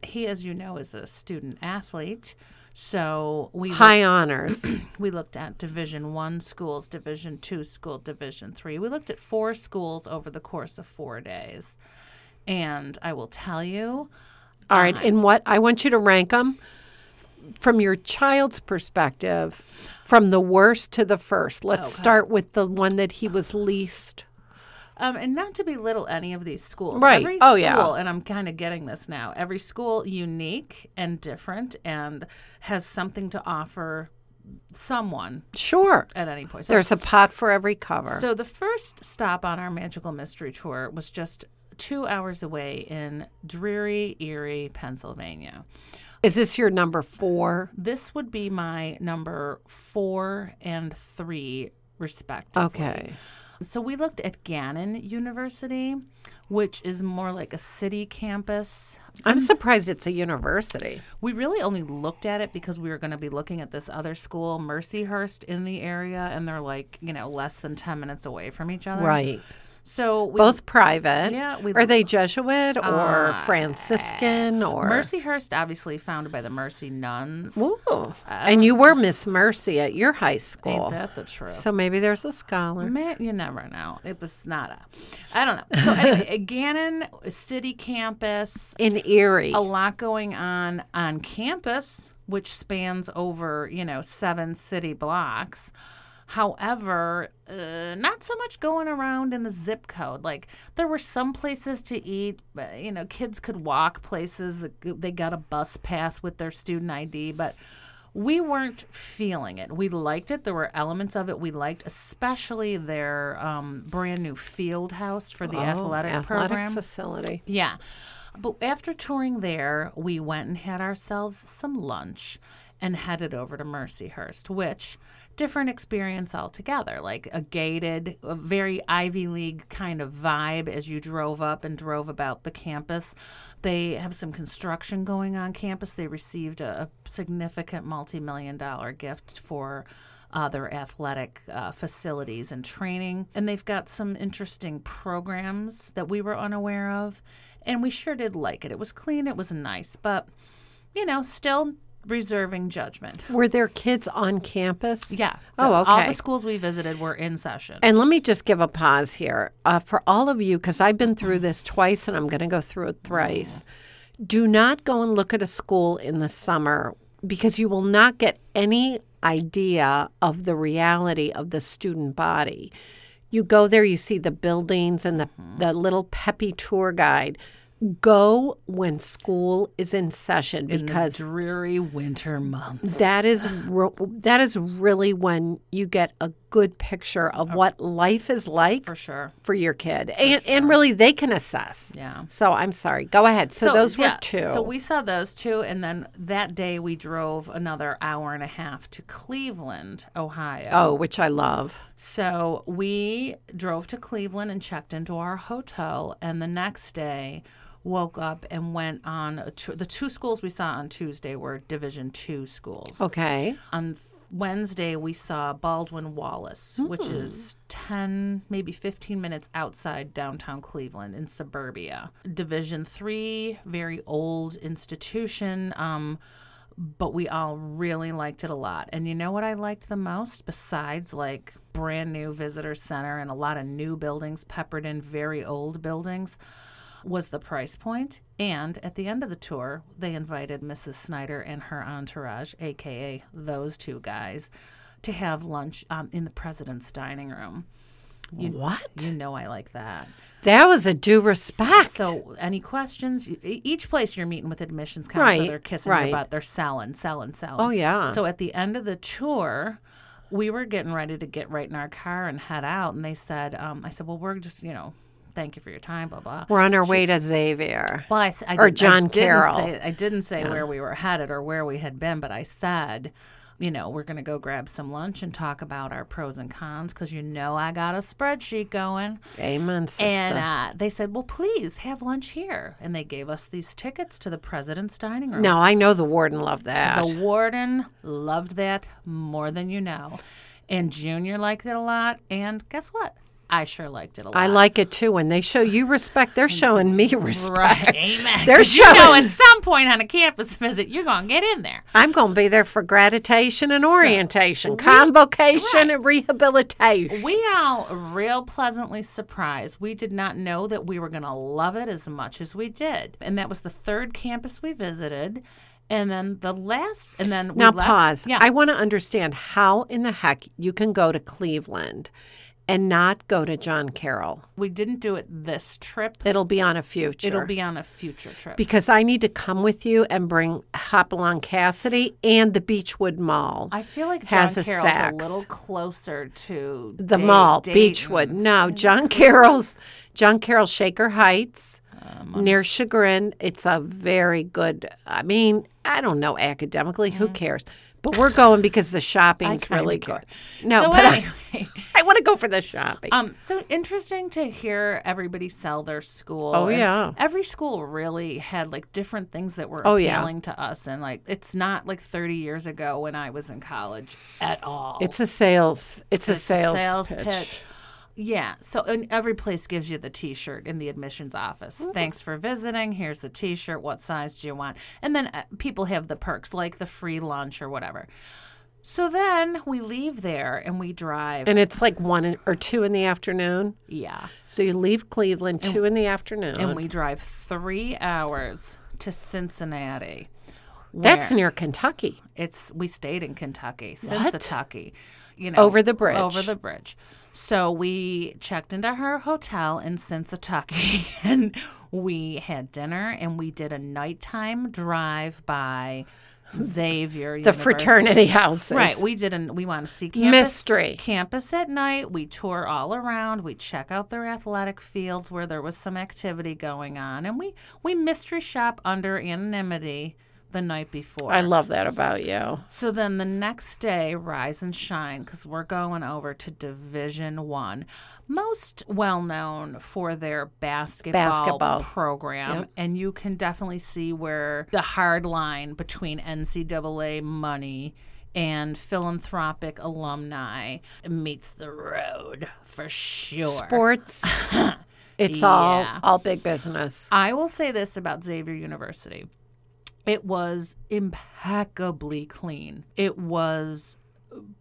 [SPEAKER 3] He, as you know, is a student athlete. So we
[SPEAKER 2] High honors.
[SPEAKER 3] we looked at division one schools division two school division three we looked at four schools over the course of four days and i will tell you
[SPEAKER 2] All right. And what I want you to rank them from your child's perspective, from the worst to the first. Let's start with the one that he was least.
[SPEAKER 3] Um, and not to belittle any of these schools.
[SPEAKER 2] Right.
[SPEAKER 3] Every
[SPEAKER 2] Oh,
[SPEAKER 3] school,
[SPEAKER 2] yeah.
[SPEAKER 3] And I'm kind of getting this now. Every school unique and different, and has something to offer someone
[SPEAKER 2] Sure.
[SPEAKER 3] at any point. So,
[SPEAKER 2] There's a pot for every cover.
[SPEAKER 3] so the first stop on our magical mystery tour was just two hours away in dreary Erie, Pennsylvania.
[SPEAKER 2] Is this your number four?
[SPEAKER 3] This would be my number four and three,
[SPEAKER 2] Uh.
[SPEAKER 3] respectively.
[SPEAKER 2] Okay.
[SPEAKER 3] So we looked at Gannon University, which is more like a city campus.
[SPEAKER 2] I'm surprised it's a university.
[SPEAKER 3] We really only looked at it because we were going to be looking at this other school, Mercyhurst, in the area, and they're like, you know, less than 10 minutes away from each other.
[SPEAKER 2] Right.
[SPEAKER 3] So we,
[SPEAKER 2] Both private.
[SPEAKER 3] Yeah, we-
[SPEAKER 2] Are they Jesuit or Franciscan or?
[SPEAKER 3] Mercyhurst, obviously founded by the Mercy Nuns.
[SPEAKER 2] Ooh. And you were Miss Mercy at your high
[SPEAKER 3] Ain't
[SPEAKER 2] school.
[SPEAKER 3] that the truth?
[SPEAKER 2] So maybe there's a scholar.
[SPEAKER 3] Man, you never know. It was not a. I don't know. So anyway, Gannon City Campus.
[SPEAKER 2] In Erie.
[SPEAKER 3] a lot going on on campus, which spans over, you know, seven city blocks. However, uh, not so much going around in the zip code. Like there were some places to eat, but, you know, kids could walk places. that g- They got a bus pass with their student ID, but we weren't feeling it. We liked it. There were elements of it we liked, especially their um, brand new field house for the athletic,
[SPEAKER 2] Oh, athletic
[SPEAKER 3] program.
[SPEAKER 2] facility.
[SPEAKER 3] Yeah. But after touring there, we went and had ourselves some lunch and headed over to Mercyhurst, which different experience altogether, like a gated, a very Ivy League kind of vibe as you drove up and drove about the campus. They have some construction going on campus. They received a, a significant multi-million dollar gift for other athletic uh, facilities and training. And they've got some interesting programs that we were unaware of. And we sure did like it. It was clean, it was nice, but, you know, still reserving judgment.
[SPEAKER 2] Were there kids on campus?
[SPEAKER 3] Yeah.
[SPEAKER 2] Oh,
[SPEAKER 3] the- All
[SPEAKER 2] okay.
[SPEAKER 3] the schools we visited were in session.
[SPEAKER 2] And let me just give a pause here uh, for all of you, because I've been through this twice and I'm going to go through it thrice. Do not go and look at a school in the summer because you will not get any idea of the reality of the student body. You go there, you see the buildings and the,
[SPEAKER 3] Mm-hmm.
[SPEAKER 2] the little peppy tour guide. Go when school is in session because
[SPEAKER 3] dreary winter months.
[SPEAKER 2] that is ro- that is really when you get a good picture of what life is like
[SPEAKER 3] Oh. For sure.
[SPEAKER 2] for your kid, and and really they can assess.
[SPEAKER 3] Yeah.
[SPEAKER 2] So I'm sorry. Go ahead. So, those were
[SPEAKER 3] yeah,
[SPEAKER 2] two.
[SPEAKER 3] So we saw those two, and then that day we drove another hour and a half to Cleveland, Ohio.
[SPEAKER 2] oh, which I love.
[SPEAKER 3] So we drove to Cleveland and checked into our hotel, and the next day woke up and went on a tour. The two schools we saw on Tuesday were Division two schools.
[SPEAKER 2] Okay.
[SPEAKER 3] On th- Wednesday, we saw Baldwin Wallace, which is 10, maybe 15 minutes outside downtown Cleveland in suburbia. Division three, very old institution. Um, but we all really liked it a lot. And you know what I liked the most besides like brand new visitor center and a lot of new buildings peppered in very old buildings was the price point. And at the end of the tour, they invited Mrs. Snyder and her entourage, aka those two guys, to have lunch um, in the president's dining room.
[SPEAKER 2] what?
[SPEAKER 3] You know I like that.
[SPEAKER 2] That was a due respect.
[SPEAKER 3] So, any questions? E- Each place you're meeting with admissions counsel,
[SPEAKER 2] Right,
[SPEAKER 3] they're kissing
[SPEAKER 2] right.
[SPEAKER 3] your butt, they're selling, selling, selling.
[SPEAKER 2] Oh, yeah.
[SPEAKER 3] So at the end of the tour, we were getting ready to get right in our car and head out, and they said, um, "I said, well, we're just, you know, thank you for your time, blah blah."
[SPEAKER 2] we're on our way to Xavier.
[SPEAKER 3] Well, I, s- I
[SPEAKER 2] Or
[SPEAKER 3] didn't- I
[SPEAKER 2] John
[SPEAKER 3] didn't
[SPEAKER 2] Carroll.
[SPEAKER 3] say- I didn't say where we were headed or where we had been, but I said, you know, we're going to go grab some lunch and talk about our pros and cons because you know I got a spreadsheet going.
[SPEAKER 2] Amen, sister.
[SPEAKER 3] And uh, they said, well, please have lunch here. And they gave us these tickets to the president's dining room.
[SPEAKER 2] no, I know the warden loved that.
[SPEAKER 3] The warden loved that more than you know. And Junior liked it a lot. And guess what? I sure liked it a lot.
[SPEAKER 2] I like it too. When they show you respect, they're showing me respect.
[SPEAKER 3] Right. Amen.
[SPEAKER 2] They're
[SPEAKER 3] 'Cause you know
[SPEAKER 2] showing-
[SPEAKER 3] at some point on a campus visit, you're going to get in there.
[SPEAKER 2] I'm going to be there for gratification and orientation, convocation and rehabilitation.
[SPEAKER 3] We all real pleasantly surprised. We did not know that we were going to love it as much as we did. And that was the third campus we visited. And then the last, and then we
[SPEAKER 2] Now,
[SPEAKER 3] left-
[SPEAKER 2] pause.
[SPEAKER 3] Yeah.
[SPEAKER 2] I want to understand how in the heck you can go to Cleveland and not go to John Carroll.
[SPEAKER 3] we didn't do it this trip.
[SPEAKER 2] It'll be on a future.
[SPEAKER 3] It'll be on a future trip.
[SPEAKER 2] Because I need to come with you and bring Hopalong Cassidy and the Beechwood Mall.
[SPEAKER 3] I feel like John
[SPEAKER 2] has a
[SPEAKER 3] Carroll's
[SPEAKER 2] sax.
[SPEAKER 3] a little closer to
[SPEAKER 2] the
[SPEAKER 3] Da-
[SPEAKER 2] mall,
[SPEAKER 3] Dayton.
[SPEAKER 2] Beechwood. No, John Carroll's John Carroll Shaker Heights
[SPEAKER 3] Uh,
[SPEAKER 2] near Chagrin. It's a very good. I mean, I don't know academically. Who cares? But we're going because the shopping's
[SPEAKER 3] Mm-hmm. kinda
[SPEAKER 2] really
[SPEAKER 3] care.
[SPEAKER 2] good. No,
[SPEAKER 3] So
[SPEAKER 2] but
[SPEAKER 3] anyway.
[SPEAKER 2] I, I want to go for the shopping.
[SPEAKER 3] Um, so interesting to hear everybody sell their school.
[SPEAKER 2] Oh,
[SPEAKER 3] And
[SPEAKER 2] yeah.
[SPEAKER 3] every school really had like different things that were
[SPEAKER 2] Oh, yeah.
[SPEAKER 3] appealing to us, and like it's not like 30 years ago when I was in college at all.
[SPEAKER 2] it's a sales. It's, a
[SPEAKER 3] It's
[SPEAKER 2] sales, pitch.
[SPEAKER 3] Yeah, so and every place gives you the T-shirt in the admissions office.
[SPEAKER 2] Mm-hmm.
[SPEAKER 3] Thanks for visiting. Here's the T-shirt. What size do you want? And then uh, people have the perks like the free lunch or whatever. So then we leave there and we drive.
[SPEAKER 2] And it's like one in- or two in the afternoon.
[SPEAKER 3] yeah.
[SPEAKER 2] So you leave Cleveland two in the afternoon.
[SPEAKER 3] and we drive three hours to Cincinnati,
[SPEAKER 2] That's near Kentucky.
[SPEAKER 3] It's we stayed in Kentucky, Kentucky, you know,
[SPEAKER 2] Over the bridge.
[SPEAKER 3] over the bridge. So we checked into her hotel in Kentucky, and we had dinner, and we did a nighttime drive by Xavier
[SPEAKER 2] The fraternity houses.
[SPEAKER 3] Right, we didn't. We want to see campus,
[SPEAKER 2] Mystery.
[SPEAKER 3] campus at night. We tour all around. We check out their athletic fields where there was some activity going on, and we we mystery shop under anonymity the night before.
[SPEAKER 2] I love that about you.
[SPEAKER 3] So then the next day, rise and shine, because we're going over to Division One, most well known for their basketball,
[SPEAKER 2] Basketball.
[SPEAKER 3] program, and you can definitely see where the hard line between NCAA money and philanthropic alumni meets the road for sure.
[SPEAKER 2] Sports. It's all
[SPEAKER 3] Yeah.
[SPEAKER 2] all big business.
[SPEAKER 3] I will say this about Xavier University. It was impeccably clean. It was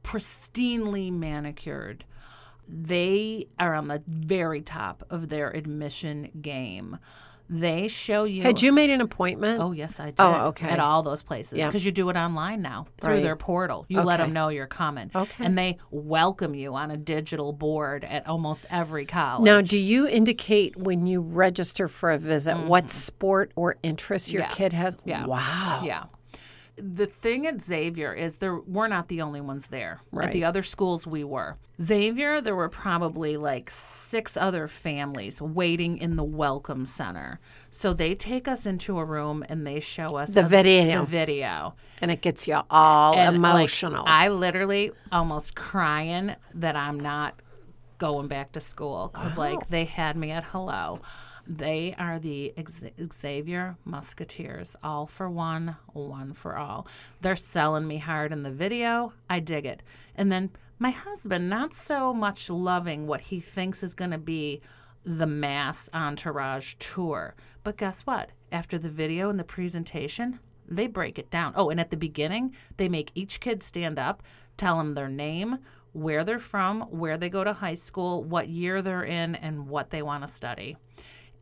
[SPEAKER 3] pristinely manicured. They are on the very top of their admission game. They show you
[SPEAKER 2] Had you made an appointment?
[SPEAKER 3] Oh yes, I did.
[SPEAKER 2] Oh, okay.
[SPEAKER 3] At all those places
[SPEAKER 2] Yeah.
[SPEAKER 3] because you do it online now through
[SPEAKER 2] Right.
[SPEAKER 3] their portal. You let
[SPEAKER 2] Okay.
[SPEAKER 3] them know you're coming,
[SPEAKER 2] Okay.
[SPEAKER 3] and they welcome you on a digital board at almost every college.
[SPEAKER 2] Now, do you indicate when you register for a visit what sport or interest your
[SPEAKER 3] Mm-hmm. Yeah.
[SPEAKER 2] kid has?
[SPEAKER 3] Yeah.
[SPEAKER 2] Wow.
[SPEAKER 3] Yeah. The thing at Xavier is there we're not the only ones there. At
[SPEAKER 2] Right.
[SPEAKER 3] the other schools we were. Xavier, there were probably like six other families waiting in the welcome center. So they take us into a room and they show us
[SPEAKER 2] The
[SPEAKER 3] a-
[SPEAKER 2] video.
[SPEAKER 3] The video.
[SPEAKER 2] And it gets you all
[SPEAKER 3] And, like,
[SPEAKER 2] emotional.
[SPEAKER 3] I literally almost crying that I'm not going back to school because like they had me at hello. They are the Ex- Xavier Musketeers, all for one, one for all. They're selling me hard in the video. I dig it. And then my husband, not so much loving what he thinks is going to be the mass entourage tour. But guess what? After the video and the presentation, they break it down. Oh, and at the beginning, they make each kid stand up, tell them their name, where they're from, where they go to high school, what year they're in, and what they want to study.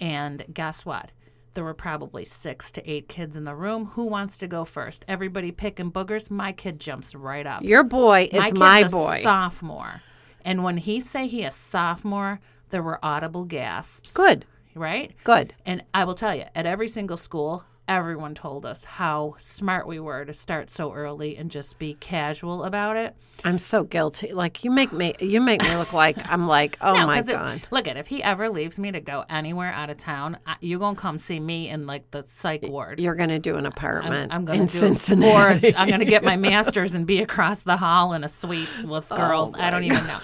[SPEAKER 3] And guess what? There were probably six to eight kids in the room. Who wants to go first? Everybody picking boogers. My kid jumps right up.
[SPEAKER 2] your boy
[SPEAKER 3] My
[SPEAKER 2] is
[SPEAKER 3] kid's
[SPEAKER 2] my,
[SPEAKER 3] a
[SPEAKER 2] boy.
[SPEAKER 3] sophomore. And when he say he a sophomore, there were audible gasps,
[SPEAKER 2] Good.
[SPEAKER 3] right?
[SPEAKER 2] Good.
[SPEAKER 3] And I will tell you, at every single school, everyone told us how smart we were to start so early and just be casual about it.
[SPEAKER 2] I'm so guilty. Like you make me you make me look like I'm like, oh my
[SPEAKER 3] 'Cause it-
[SPEAKER 2] god.
[SPEAKER 3] look at if he ever leaves me to go anywhere out of town, I, you gonna come see me in like the psych ward.
[SPEAKER 2] You're gonna do an apartment
[SPEAKER 3] I'm
[SPEAKER 2] in
[SPEAKER 3] gonna do
[SPEAKER 2] Cincinnati.
[SPEAKER 3] Or I'm gonna get my master's and be across the hall in a suite with
[SPEAKER 2] Oh
[SPEAKER 3] girls. I don't even know.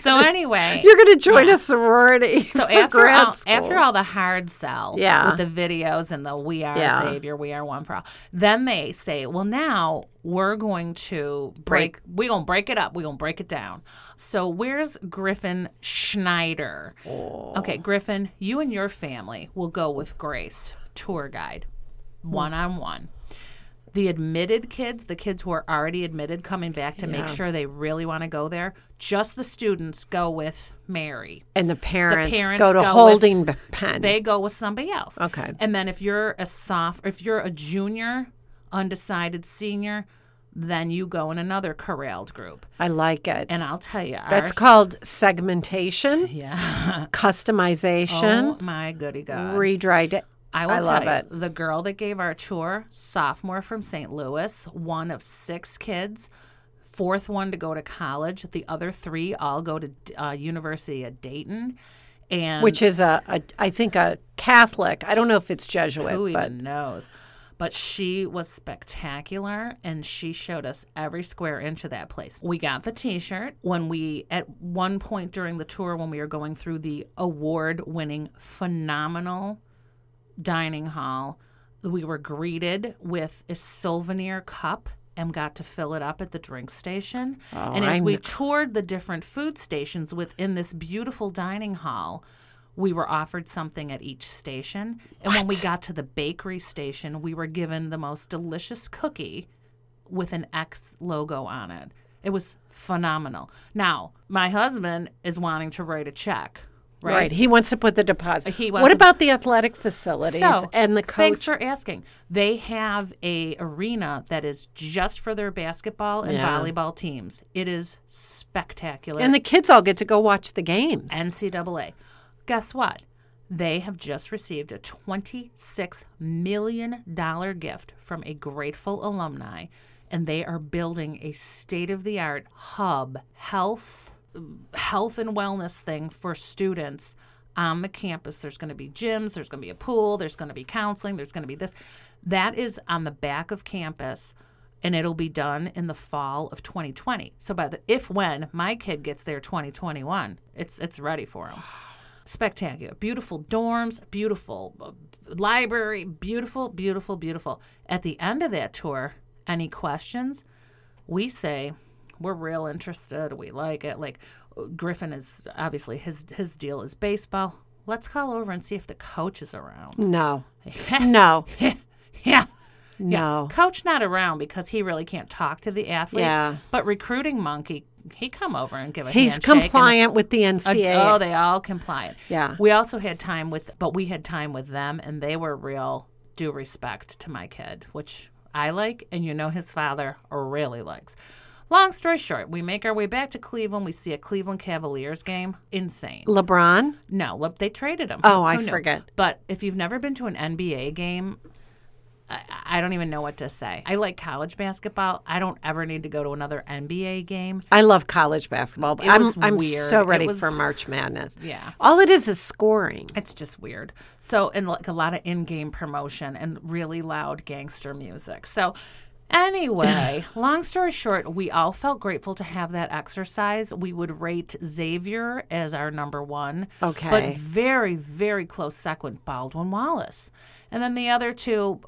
[SPEAKER 3] So anyway,
[SPEAKER 2] You're gonna join a sorority.
[SPEAKER 3] So
[SPEAKER 2] for
[SPEAKER 3] after
[SPEAKER 2] grad
[SPEAKER 3] all, after
[SPEAKER 2] school.
[SPEAKER 3] all the hard sell
[SPEAKER 2] Yeah.
[SPEAKER 3] with the videos and the we are
[SPEAKER 2] Yeah.
[SPEAKER 3] Xavier, we are one for all, then they say, well, now we're going to break, we're going to break it up. We're going to break it down. So where's Griffin Schneider?
[SPEAKER 2] Oh.
[SPEAKER 3] Okay, Griffin, you and your family will go with Grace, tour guide,
[SPEAKER 2] Hmm.
[SPEAKER 3] one on one. The admitted kids, the kids who are already admitted coming back to make sure they really want to go there, just the students go with Mary.
[SPEAKER 2] and the parents,
[SPEAKER 3] parents
[SPEAKER 2] go to
[SPEAKER 3] go with-
[SPEAKER 2] holding b- pen.
[SPEAKER 3] They go with somebody else.
[SPEAKER 2] Okay.
[SPEAKER 3] And then if you're a soft, if you're a junior, undecided senior, then you go in another corralled group.
[SPEAKER 2] I like it.
[SPEAKER 3] And I'll tell you,
[SPEAKER 2] That's called segmentation,
[SPEAKER 3] yeah.
[SPEAKER 2] customization,
[SPEAKER 3] oh my goody god!
[SPEAKER 2] redried. it.
[SPEAKER 3] I will
[SPEAKER 2] I love
[SPEAKER 3] tell
[SPEAKER 2] it.
[SPEAKER 3] you, the girl that gave our tour, sophomore from St. Louis, one of six kids, fourth one to go to college. The other three all go to uh, University of Dayton, and
[SPEAKER 2] which is a, a, I think a Catholic. I don't know if it's Jesuit,
[SPEAKER 3] Who
[SPEAKER 2] but
[SPEAKER 3] even knows? But she was spectacular and she showed us every square inch of that place. We got the t shirt when we, at one point during the tour, when we were going through the award winning, phenomenal dining hall, we were greeted with a souvenir cup and got to fill it up at the drink station. and as
[SPEAKER 2] I'm-
[SPEAKER 3] we toured the different food stations within this beautiful dining hall, we were offered something at each station. And when we got to the bakery station, we were given the most delicious cookie with an X logo on it. It was phenomenal. Now, my husband is wanting to write a check,
[SPEAKER 2] Right.
[SPEAKER 3] right?
[SPEAKER 2] He wants to put the deposit.
[SPEAKER 3] He wants
[SPEAKER 2] what
[SPEAKER 3] to-
[SPEAKER 2] about the athletic facilities
[SPEAKER 3] So,
[SPEAKER 2] and the coach?
[SPEAKER 3] Thanks for asking. They have a arena that is just for their basketball and
[SPEAKER 2] Yeah.
[SPEAKER 3] volleyball teams. It is spectacular.
[SPEAKER 2] and the kids all get to go watch the games.
[SPEAKER 3] NCAA. Guess what? They have just received a $26 million gift from a grateful alumni, and they are building a state of the art hub health health and wellness thing for students on the campus. There's going to be gyms, there's going to be a pool, there's going to be counseling, there's going to be this. That is on the back of campus and it'll be done in the fall of 2020. So by the if when my kid gets there 2021, it's it's ready for him. Spectacular. Beautiful dorms, beautiful uh, library, beautiful, beautiful, beautiful. At the end of that tour, any questions? we say we're real interested we like it like griffin is obviously his his deal is baseball let's call over and see if the coach is around
[SPEAKER 2] no. No.
[SPEAKER 3] yeah
[SPEAKER 2] No.
[SPEAKER 3] coach not around because he really can't talk to the athlete
[SPEAKER 2] Yeah.
[SPEAKER 3] but recruiting monkey he come over and give a
[SPEAKER 2] He's
[SPEAKER 3] handshake and-
[SPEAKER 2] compliant with the NCAA.
[SPEAKER 3] Oh, they all compliant.
[SPEAKER 2] Yeah.
[SPEAKER 3] We also had time with, but we had time with them, and they were real due respect to my kid, which I like, and you know his father really likes. Long story short, we make our way back to Cleveland. We see a Cleveland Cavaliers game. Insane.
[SPEAKER 2] LeBron?
[SPEAKER 3] No, look, they traded him.
[SPEAKER 2] Oh, I
[SPEAKER 3] knew?
[SPEAKER 2] forget.
[SPEAKER 3] But if you've never been to an NBA game, I, I don't even know what to say. I like college basketball. I don't ever need to go to another NBA game.
[SPEAKER 2] I love college basketball, but
[SPEAKER 3] It
[SPEAKER 2] I'm,
[SPEAKER 3] was
[SPEAKER 2] I'm
[SPEAKER 3] weird.
[SPEAKER 2] so
[SPEAKER 3] It
[SPEAKER 2] ready
[SPEAKER 3] was-
[SPEAKER 2] for March Madness.
[SPEAKER 3] Yeah.
[SPEAKER 2] All it is is scoring.
[SPEAKER 3] It's just weird. So, and like a lot of in game promotion and really loud gangster music. So, anyway, long story short, we all felt grateful to have that exercise. We would rate Xavier as our number one.
[SPEAKER 2] Okay.
[SPEAKER 3] But very, very close second, Baldwin Wallace. And then the other two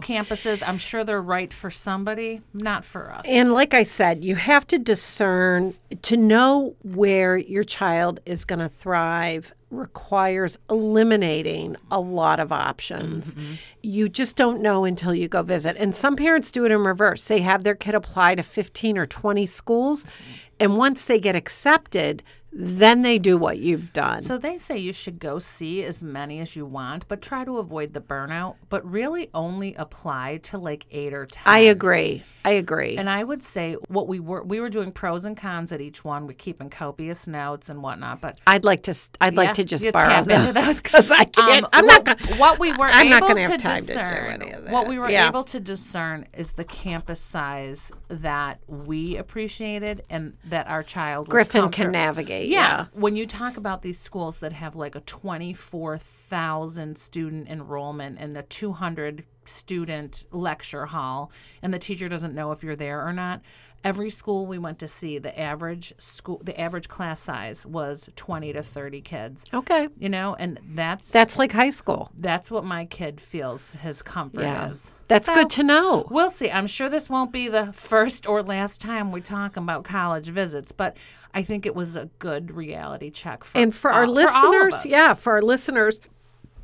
[SPEAKER 2] No.
[SPEAKER 3] campuses. I'm sure they're right for somebody, not for us.
[SPEAKER 2] And like I said, you have to discern to know where your child is going to thrive requires eliminating a lot of options.
[SPEAKER 3] Mm-hmm.
[SPEAKER 2] You just don't know until you go visit. And some parents do it in reverse. They have their kid apply to 15 or 20 schools,
[SPEAKER 3] Mm-hmm.
[SPEAKER 2] and once they get accepted, then they do what you've done.
[SPEAKER 3] So they say you should go see as many as you want, but try to avoid the burnout, but really only apply to like 8 or 10.
[SPEAKER 2] I agree. I agree.
[SPEAKER 3] And I would say what we were we were doing pros and cons at each one. We're keeping copious notes and whatnot, but
[SPEAKER 2] I'd like to s- I'd like
[SPEAKER 3] yeah,
[SPEAKER 2] to just
[SPEAKER 3] you
[SPEAKER 2] borrow
[SPEAKER 3] tap
[SPEAKER 2] them.
[SPEAKER 3] into those
[SPEAKER 2] 'Cause I can't- I'm
[SPEAKER 3] what,
[SPEAKER 2] not gonna-
[SPEAKER 3] What we were
[SPEAKER 2] I'm not
[SPEAKER 3] able
[SPEAKER 2] gonna
[SPEAKER 3] to
[SPEAKER 2] have time to do
[SPEAKER 3] discern,
[SPEAKER 2] any of
[SPEAKER 3] what
[SPEAKER 2] that.
[SPEAKER 3] we were
[SPEAKER 2] Yeah.
[SPEAKER 3] able to discern is the campus size that we appreciated and that our child was
[SPEAKER 2] Griffin
[SPEAKER 3] comfort-
[SPEAKER 2] can navigate.
[SPEAKER 3] yeah. When you talk about these schools that have like a 24,000 student enrollment and a 200 student lecture hall, and the teacher doesn't know if you're there or not. Every school we went to see, the average school, the average class size was 20 to 30 kids.
[SPEAKER 2] yeah. Okay.
[SPEAKER 3] You know, and that's
[SPEAKER 2] That's like high school.
[SPEAKER 3] that's what my kid feels his comfort
[SPEAKER 2] Yeah.
[SPEAKER 3] is.
[SPEAKER 2] That's
[SPEAKER 3] So-
[SPEAKER 2] good to know.
[SPEAKER 3] We'll see. I'm sure this won't be the first or last time we talk about college visits, but I think it was a good reality check for
[SPEAKER 2] and for our
[SPEAKER 3] all-
[SPEAKER 2] listeners,
[SPEAKER 3] all of us.
[SPEAKER 2] yeah, for our listeners,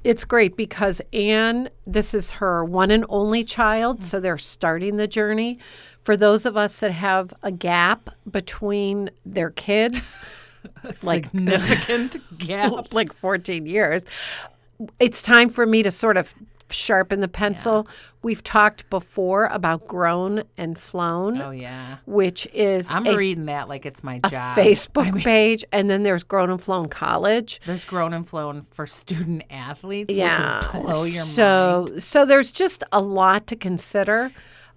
[SPEAKER 2] it's great because Anne, this is her one and only
[SPEAKER 3] Mm.
[SPEAKER 2] child, so they're starting the journey. For those of us that have a gap between their kids, like
[SPEAKER 3] significant gap.
[SPEAKER 2] like 14 years. It's time for me to sort of sharpen the pencil. We've talked before about grown and flown,
[SPEAKER 3] Oh yeah,
[SPEAKER 2] which is
[SPEAKER 3] I'm
[SPEAKER 2] a
[SPEAKER 3] reading that like it's my job.
[SPEAKER 2] Facebook page, and then there's grown and flown college.
[SPEAKER 3] There's grown and flown for student athletes.
[SPEAKER 2] Yeah.
[SPEAKER 3] which would blow your
[SPEAKER 2] so so there's just a lot to consider.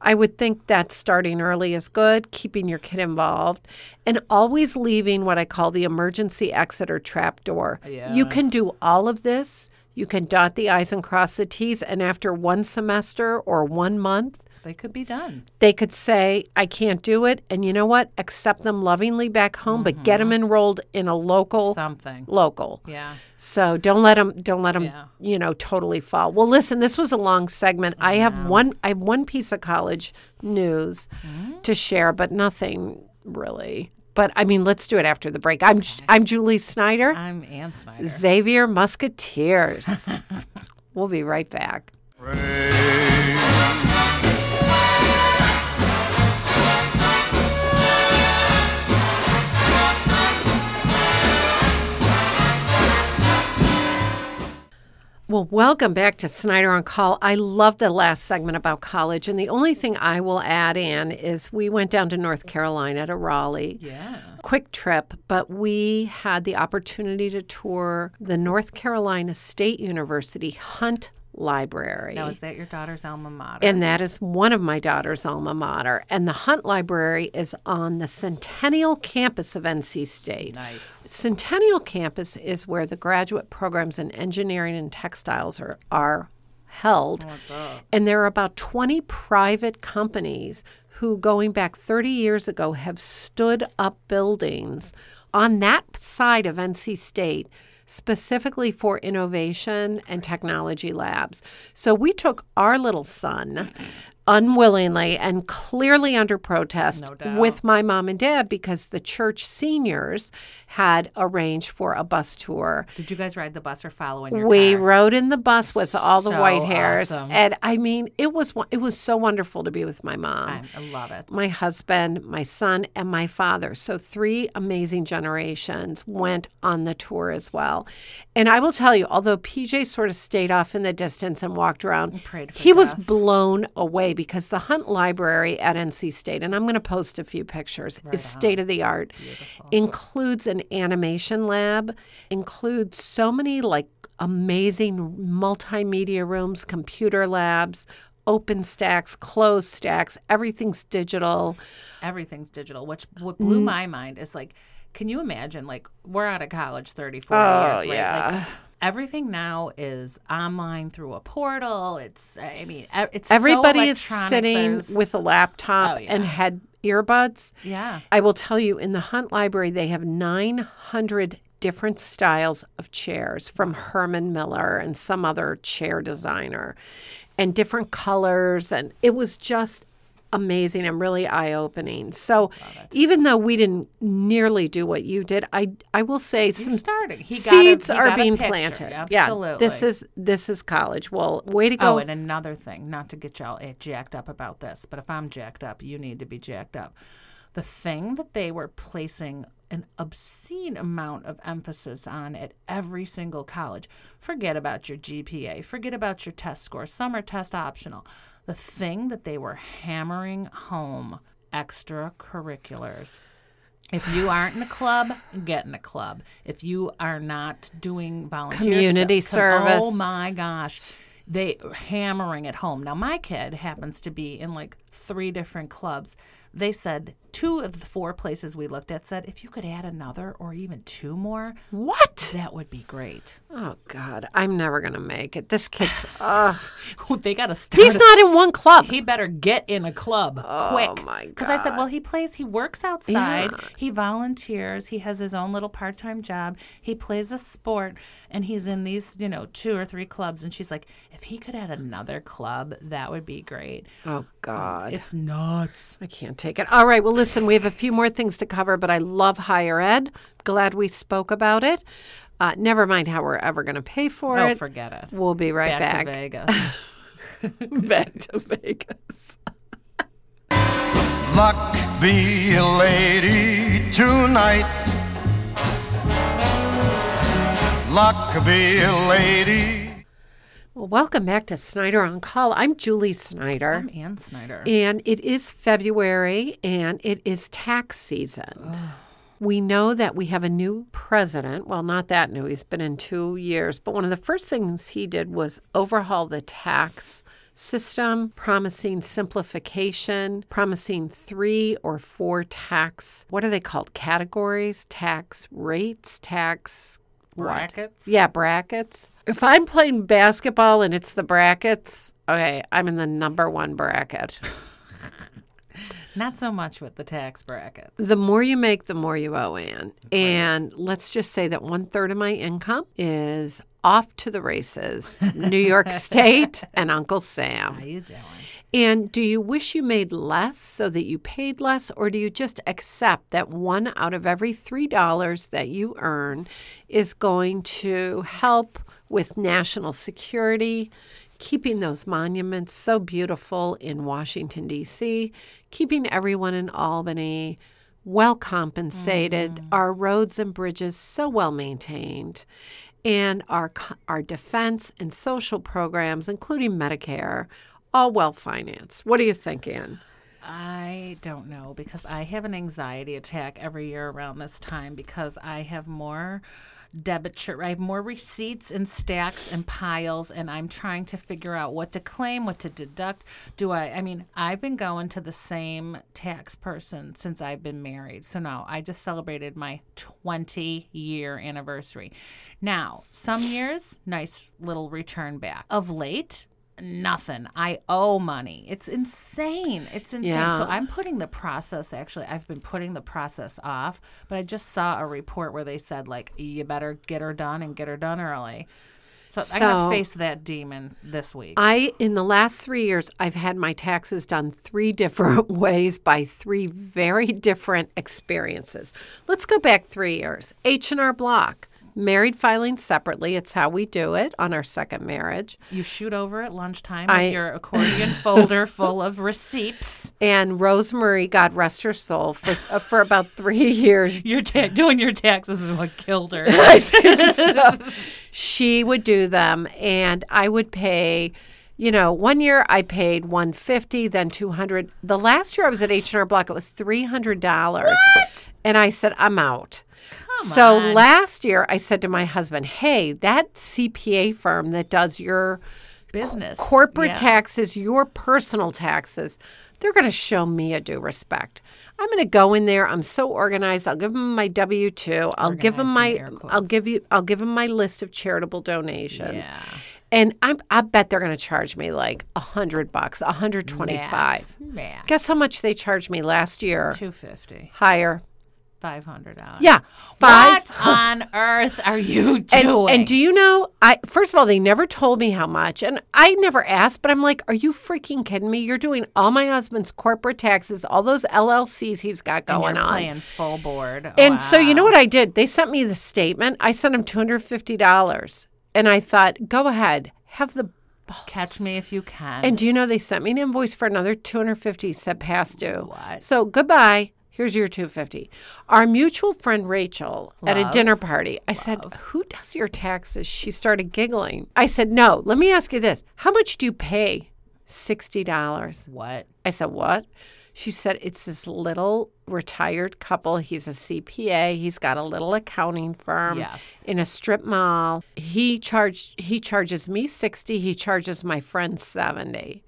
[SPEAKER 2] I would think that starting early is good, keeping your kid involved, and always leaving what I call the emergency exit or trap door. You can do all of this. You can dot the I's and cross the T's, and after one semester or one month,
[SPEAKER 3] mind. They could be done.
[SPEAKER 2] they could say, I can't do it. And you know what? Accept them lovingly back home, but get them enrolled in a local,
[SPEAKER 3] Something.
[SPEAKER 2] local.
[SPEAKER 3] Yeah.
[SPEAKER 2] So don't let them don't let them
[SPEAKER 3] Yeah.
[SPEAKER 2] you know totally fall. Well, listen, this was a long segment. I have one I have one piece of college news
[SPEAKER 3] Mm-hmm.
[SPEAKER 2] to share, but nothing really. But I mean, let's do it after the break. I'm I'm Julie Snyder,
[SPEAKER 3] I'm Ann Snyder.
[SPEAKER 2] Xavier Musketeers. we'll be right back.
[SPEAKER 1] Pray.
[SPEAKER 2] Welcome back to Snyder on Call. I love the last segment about college. And the only thing I will add in is we went down to North Carolina to Raleigh.
[SPEAKER 3] Yeah.
[SPEAKER 2] Quick trip, but we had the opportunity to tour the North Carolina State University Hunt Library.
[SPEAKER 3] Now, is that your daughter's alma mater?
[SPEAKER 2] And that is one of my daughter's alma mater. And the Hunt Library is on the Centennial campus of NC State.
[SPEAKER 3] nice.
[SPEAKER 2] Centennial campus is where the graduate programs in engineering and textiles are, are held. and there are about 20 private companies who, going back 30 years ago, have stood up buildings on that side of NC State specifically for innovation and technology labs. So we took our little son unwillingly and clearly under protest with my mom and dad because the church seniors had arranged for a bus tour.
[SPEAKER 3] Did you guys ride the bus or follow in your
[SPEAKER 2] We
[SPEAKER 3] car?
[SPEAKER 2] rode in the bus with all the
[SPEAKER 3] So
[SPEAKER 2] white hairs,
[SPEAKER 3] awesome.
[SPEAKER 2] and I mean, it was wo- it was so wonderful to be with my mom
[SPEAKER 3] I I love it.
[SPEAKER 2] my husband, my son, and my father. So, three amazing generations went on the tour as well. And I will tell you, although PJ sort of stayed off in the distance and walked around,
[SPEAKER 3] prayed for
[SPEAKER 2] he was blown away because the Hunt Library at NC State, and I'm going to post a few pictures, is state of the art, includes an animation lab, includes so many like amazing multimedia rooms, computer labs open stacks, closed stacks, everything's digital.
[SPEAKER 3] Everything's digital, which what blew
[SPEAKER 2] Mm-hmm.
[SPEAKER 3] my mind is like, can you imagine? Like, we're out of college 30, 40
[SPEAKER 2] Oh,
[SPEAKER 3] years, right? Like, everything now is online through a portal. It's, I mean, e- it's so
[SPEAKER 2] Everybody is
[SPEAKER 3] electronic.
[SPEAKER 2] sitting
[SPEAKER 3] There's-
[SPEAKER 2] with a laptop
[SPEAKER 3] Oh, yeah.
[SPEAKER 2] and head earbuds.
[SPEAKER 3] yeah.
[SPEAKER 2] I will tell you in the Hunt Library, they have 900 different styles of chairs from Herman Miller and some other chair designer and different colors. And it was just amazing and really eye opening. So even though we didn't nearly do what you did, I, I will say some
[SPEAKER 3] started. He got a-
[SPEAKER 2] seeds
[SPEAKER 3] he
[SPEAKER 2] are
[SPEAKER 3] got a
[SPEAKER 2] being
[SPEAKER 3] picture.
[SPEAKER 2] planted. Yeah,
[SPEAKER 3] Absolutely.
[SPEAKER 2] this is this is college. Well, way to go.
[SPEAKER 3] Oh, and another thing, not to get y'all eh, jacked up about this, but if I'm jacked up, you need to be jacked up. The thing that they were placing an obscene amount of emphasis on at every single college forget about your GPA, forget about your test score, some are test optional. The thing that they were hammering home extracurriculars. If you aren't in a club, get in a club. If you are not doing volunteer stuff-
[SPEAKER 2] Community
[SPEAKER 3] com-
[SPEAKER 2] service.
[SPEAKER 3] Oh my gosh. They are hammering it home. Now my kid happens to be in like three different clubs. They said two of the four places we looked at said if you could add another or even two more,
[SPEAKER 2] what?
[SPEAKER 3] that would be great.
[SPEAKER 2] Oh God, I'm never gonna make it. This kid's. Ugh.
[SPEAKER 3] they got to start.
[SPEAKER 2] He's
[SPEAKER 3] a-
[SPEAKER 2] not in one club.
[SPEAKER 3] he better get in a club quick.
[SPEAKER 2] my
[SPEAKER 3] Because I said, well, he plays, he works outside, he volunteers, he has his own little part time job, he plays a sport, and he's in these, you know, two or three clubs. And she's like, if he could add another club, that would be great.
[SPEAKER 2] Oh God.
[SPEAKER 3] It's nuts.
[SPEAKER 2] I can't take it. All right. Well, listen, we have a few more things to cover, but I love higher ed. Glad we spoke about it. Uh, never mind how we're ever going to pay for
[SPEAKER 3] Oh,
[SPEAKER 2] it.
[SPEAKER 3] forget it.
[SPEAKER 2] We'll be right
[SPEAKER 3] Back,
[SPEAKER 2] back.
[SPEAKER 3] to Vegas.
[SPEAKER 2] back to Vegas.
[SPEAKER 1] Luck be a lady tonight. Luck be a lady.
[SPEAKER 2] Well, welcome back to Snyder on Call. I'm Julie Snyder.
[SPEAKER 3] I'm Ann Snyder.
[SPEAKER 2] And it is February and it is tax season. We know that we have a new president. Well, not that new, he's been in two years. But one of the first things he did was overhaul the tax system, promising simplification, promising three or four tax, what are they called? Categories, tax rates, tax what?
[SPEAKER 3] Brackets.
[SPEAKER 2] Yeah, brackets. If I'm playing basketball and it's the brackets, okay, I'm in the number one bracket.
[SPEAKER 3] Not so much with the tax bracket.
[SPEAKER 2] The more you make, the more you owe in. And let's just say that one third of my income is off to the races New York State and Uncle
[SPEAKER 3] How
[SPEAKER 2] Sam.
[SPEAKER 3] you doing?
[SPEAKER 2] And do you wish you made less so that you paid less, or do you just accept that one out of every $3 that you earn is going to help with national security? Keeping those monuments so beautiful in Washington, D.C., keeping everyone in Albany well compensated, our roads and bridges so well maintained. and our co- our defense and social programs, including Medicare, all well financed. What do you think, Anne?
[SPEAKER 3] I don't know because I have an anxiety attack every year around this time because I have more debiture. I have more receipts and stacks and piles, and I'm trying to figure out what to claim, what to deduct. Do I? I mean, I've been going to the same tax person since I've been married. So now I just celebrated my 20 year anniversary. Now, some years, nice little return back. Of late, nothing. I owe money. It's insane. It's insane.
[SPEAKER 2] Yeah.
[SPEAKER 3] So I'm putting the process actually I've been putting the process off, but I just saw a report where they said like you better get her done and get her done early. So, I'm
[SPEAKER 2] So-
[SPEAKER 3] gonna face that demon this week.
[SPEAKER 2] I in the last three years, I've had my taxes done three different ways by three very different experiences. Let's go back three years. H and R Block, married filing separately. It's how we do it on our second marriage.
[SPEAKER 3] you shoot over at lunchtime
[SPEAKER 2] I-
[SPEAKER 3] with your accordion folder full of receipts.
[SPEAKER 2] And Rosemary, God rest her soul, for uh, for about three years
[SPEAKER 3] You're ta- doing your taxes is what killed her.
[SPEAKER 2] so she would do them and I would pay you know one year I paid 150 then 200 the last year I was at H&R Block it was $300 and I said I'm out so
[SPEAKER 3] on.
[SPEAKER 2] last year I said to my husband hey that CPA firm that does your
[SPEAKER 3] Business.
[SPEAKER 2] corporate
[SPEAKER 3] yeah.
[SPEAKER 2] taxes, your personal taxes, they're going to show me a due respect. I'm going to go in there. I'm so organized. I'll give them my W two. I'll give them
[SPEAKER 3] Organized in
[SPEAKER 2] my.
[SPEAKER 3] air quotes.
[SPEAKER 2] I'll give you. I'll give them my list of charitable donations.
[SPEAKER 3] Yeah.
[SPEAKER 2] And I'm, I bet they're going to charge me like a hundred bucks, a hundred twenty five.
[SPEAKER 3] Max, max.
[SPEAKER 2] Guess how much they charged me last year?
[SPEAKER 3] 250
[SPEAKER 2] Higher.
[SPEAKER 3] $500.
[SPEAKER 2] Yeah, five.
[SPEAKER 3] What on earth are you
[SPEAKER 2] And,
[SPEAKER 3] doing?
[SPEAKER 2] and do you know? I first of all, they never told me how much, and I never asked. But I'm like, are you freaking kidding me? You're doing all my husband's corporate taxes, all those LLCs he's got
[SPEAKER 3] you're
[SPEAKER 2] going on.
[SPEAKER 3] playing full board.
[SPEAKER 2] And so you know what I did? They sent me the statement. I sent them two hundred fifty dollars, and I thought, go ahead, have the.
[SPEAKER 3] Wow. Catch me if you can.
[SPEAKER 2] And do you know they sent me an invoice for another two hundred fifty? Said past due.
[SPEAKER 3] What?
[SPEAKER 2] So goodbye. Here's your 250. Our mutual friend Rachel at a
[SPEAKER 3] Love.
[SPEAKER 2] dinner party. I said, "Who does your taxes?" She started giggling. I said, "No, let me ask you this. How much do you pay?" $60.
[SPEAKER 3] what?
[SPEAKER 2] I said, "What?" She said, "It's this little retired couple. He's a CPA. He's got a little accounting firm
[SPEAKER 3] Yes.
[SPEAKER 2] in a strip mall. He charged he charges me 60, he charges my friend 70."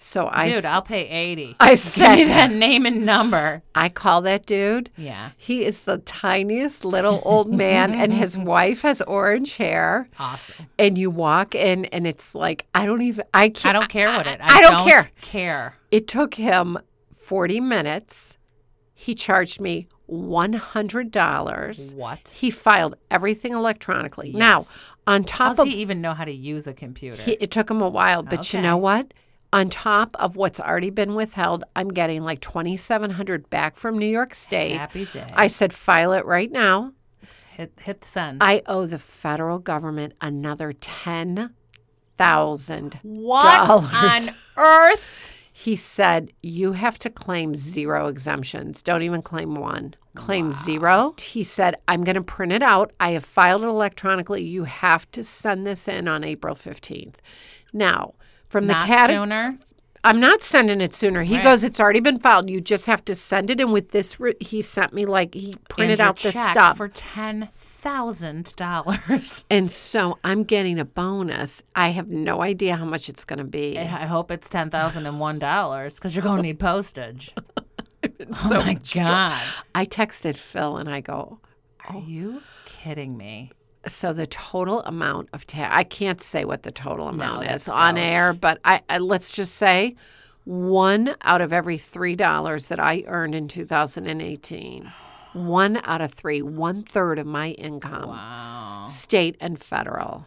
[SPEAKER 2] So I
[SPEAKER 3] Dude,
[SPEAKER 2] s-
[SPEAKER 3] I'll pay 80.
[SPEAKER 2] I
[SPEAKER 3] Give me
[SPEAKER 2] said
[SPEAKER 3] that name and number.
[SPEAKER 2] I call that dude.
[SPEAKER 3] Yeah.
[SPEAKER 2] He is the tiniest little old man, and his wife has orange hair.
[SPEAKER 3] Awesome.
[SPEAKER 2] And you walk in, and it's like, I don't even, I
[SPEAKER 3] I
[SPEAKER 2] can't.
[SPEAKER 3] don't care what it.
[SPEAKER 2] I don't care.
[SPEAKER 3] Care.
[SPEAKER 2] It took him 40 minutes. He charged me $100.
[SPEAKER 3] What?
[SPEAKER 2] He filed everything electronically. Now,
[SPEAKER 3] Yes.
[SPEAKER 2] on
[SPEAKER 3] How
[SPEAKER 2] top
[SPEAKER 3] does
[SPEAKER 2] of
[SPEAKER 3] he even know how to use a computer?
[SPEAKER 2] He- it took him a while, but you know
[SPEAKER 3] Okay.
[SPEAKER 2] what? On top of what's already been withheld, I'm getting like 2,700 back from New York State.
[SPEAKER 3] Happy day.
[SPEAKER 2] I said, file it right now.
[SPEAKER 3] hit hit send.
[SPEAKER 2] I owe the federal government another ten thousand.
[SPEAKER 3] what
[SPEAKER 2] dollars.
[SPEAKER 3] on earth?
[SPEAKER 2] He said, You have to claim zero exemptions. Don't even claim one. Claim zero. He said, I'm going to print it out. I have filed it electronically. You have to send this in on April 15th. Now, from
[SPEAKER 3] Not
[SPEAKER 2] the category.
[SPEAKER 3] sooner.
[SPEAKER 2] I'm not sending it sooner. He goes, it's already been filed. You just have to send it. And with this, re- he sent me like he printed
[SPEAKER 3] And your
[SPEAKER 2] out this
[SPEAKER 3] check
[SPEAKER 2] stuff.
[SPEAKER 3] for ten thousand dollars.
[SPEAKER 2] and so I'm getting a bonus. I have no idea how much it's going to be.
[SPEAKER 3] I hope it's ten thousand and one dollars because you're gonna need postage. oh my god!
[SPEAKER 2] I texted Phil and I go,
[SPEAKER 3] Are you kidding me?
[SPEAKER 2] so the total amount of tax, I can't say what the total amount
[SPEAKER 3] that's
[SPEAKER 2] is on air, but I, I let's just say one out of every three dollars that I earned in 2018, one out of three, one third of my income,
[SPEAKER 3] Wow.
[SPEAKER 2] state and federal.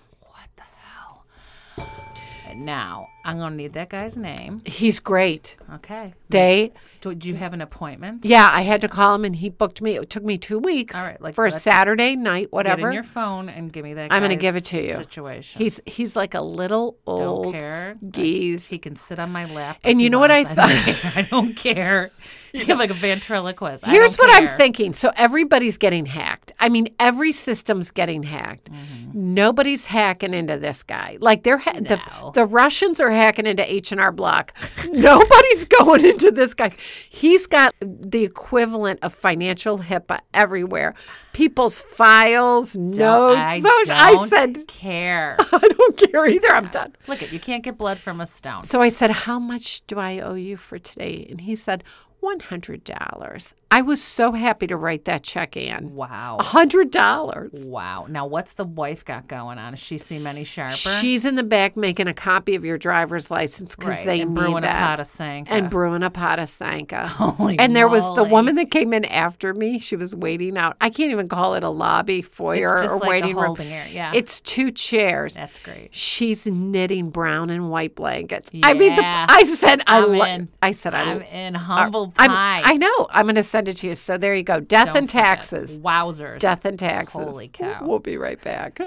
[SPEAKER 3] Now I'm gonna need that guy's name.
[SPEAKER 2] He's great.
[SPEAKER 3] Okay.
[SPEAKER 2] They,
[SPEAKER 3] Do, do you have an appointment?
[SPEAKER 2] yeah, I had to call him and he booked me. It took me two weeks
[SPEAKER 3] All right, like,
[SPEAKER 2] for a
[SPEAKER 3] let's just
[SPEAKER 2] Saturday night,
[SPEAKER 3] Get
[SPEAKER 2] whatever.
[SPEAKER 3] in your phone and give me that.
[SPEAKER 2] I'm gonna
[SPEAKER 3] guy's
[SPEAKER 2] give it to you.
[SPEAKER 3] Situation.
[SPEAKER 2] he's he's like a little
[SPEAKER 3] don't
[SPEAKER 2] old
[SPEAKER 3] care.
[SPEAKER 2] geese.
[SPEAKER 3] He can sit on my lap.
[SPEAKER 2] And
[SPEAKER 3] if
[SPEAKER 2] you
[SPEAKER 3] he
[SPEAKER 2] know what I
[SPEAKER 3] wants. don't care. I don't care. You're like a ventriloquist. I
[SPEAKER 2] Here's
[SPEAKER 3] don't
[SPEAKER 2] what I'm
[SPEAKER 3] care.
[SPEAKER 2] thinking. So everybody's getting hacked. I mean, every system's getting hacked. Nobody's hacking into this guy. Like they're ha- the,
[SPEAKER 3] Mm-hmm. No.
[SPEAKER 2] the Russians are hacking into H and R Block. Nobody's going into this guy. He's got the equivalent of financial HIPAA everywhere. People's files,
[SPEAKER 3] Don't-
[SPEAKER 2] notes.
[SPEAKER 3] I
[SPEAKER 2] so- I
[SPEAKER 3] don't
[SPEAKER 2] said
[SPEAKER 3] care.
[SPEAKER 2] I don't care either. I'm done.
[SPEAKER 3] Look it. You can't get blood from a stone.
[SPEAKER 2] So I said, How much do I owe you for today? And he said, $100. I was so happy to write that check in.
[SPEAKER 3] Wow.
[SPEAKER 2] Oh. $100.
[SPEAKER 3] Wow. Now what's the wife got going on? Does she seem any sharper?
[SPEAKER 2] She's in the back making a copy of your driver's license because
[SPEAKER 3] right.
[SPEAKER 2] they
[SPEAKER 3] and
[SPEAKER 2] need
[SPEAKER 3] brewing
[SPEAKER 2] that.
[SPEAKER 3] a pot of sank.
[SPEAKER 2] and brewing a pot of Sanka.
[SPEAKER 3] Holy
[SPEAKER 2] and there was the
[SPEAKER 3] moly.
[SPEAKER 2] woman that came in after me. She was waiting out. I can't even call it a lobby, foyer,
[SPEAKER 3] It's just
[SPEAKER 2] or
[SPEAKER 3] like a
[SPEAKER 2] waiting room.
[SPEAKER 3] holding area, yeah.
[SPEAKER 2] It's two chairs.
[SPEAKER 3] That's great.
[SPEAKER 2] She's knitting brown and white blankets. I mean, the,
[SPEAKER 3] Yeah.
[SPEAKER 2] I said I
[SPEAKER 3] I'm
[SPEAKER 2] love.
[SPEAKER 3] in.
[SPEAKER 2] I said I.
[SPEAKER 3] I'm in humble
[SPEAKER 2] uh, I'm-
[SPEAKER 3] pie.
[SPEAKER 2] I know. I'm going to send it to you. So there you go. Death
[SPEAKER 3] Don't
[SPEAKER 2] and
[SPEAKER 3] do that.
[SPEAKER 2] taxes.
[SPEAKER 3] Wowzers.
[SPEAKER 2] Death and taxes.
[SPEAKER 3] Holy cow.
[SPEAKER 2] We'll be right back.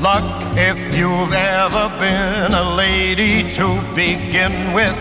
[SPEAKER 1] Luck if you've ever been a lady to begin with.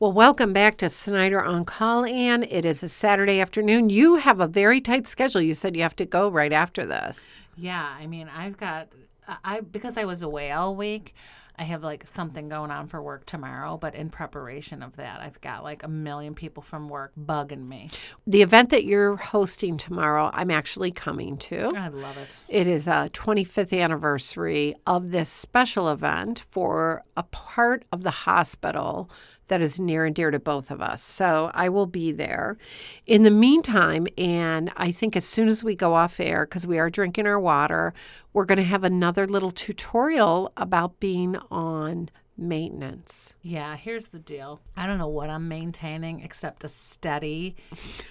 [SPEAKER 2] Well, welcome back to Snyder on Call, Anne. It is a Saturday afternoon. You have a very tight schedule. You said you have to go right after this.
[SPEAKER 3] Yeah, I mean, I've got I- I because I was away all week. I have like something going on for work tomorrow, but in preparation of that, I've got like a million people from work bugging me.
[SPEAKER 2] The event that you're hosting tomorrow, I'm actually coming to.
[SPEAKER 3] I love it.
[SPEAKER 2] It is a 25th anniversary of this special event for a part of the hospital that is near and dear to both of us. So I will be there. In the meantime, and I think as soon as we go off air, because we are drinking our water, we're going to have another little tutorial about being on maintenance.
[SPEAKER 3] Yeah, here's the deal. I don't know what I'm maintaining except a steady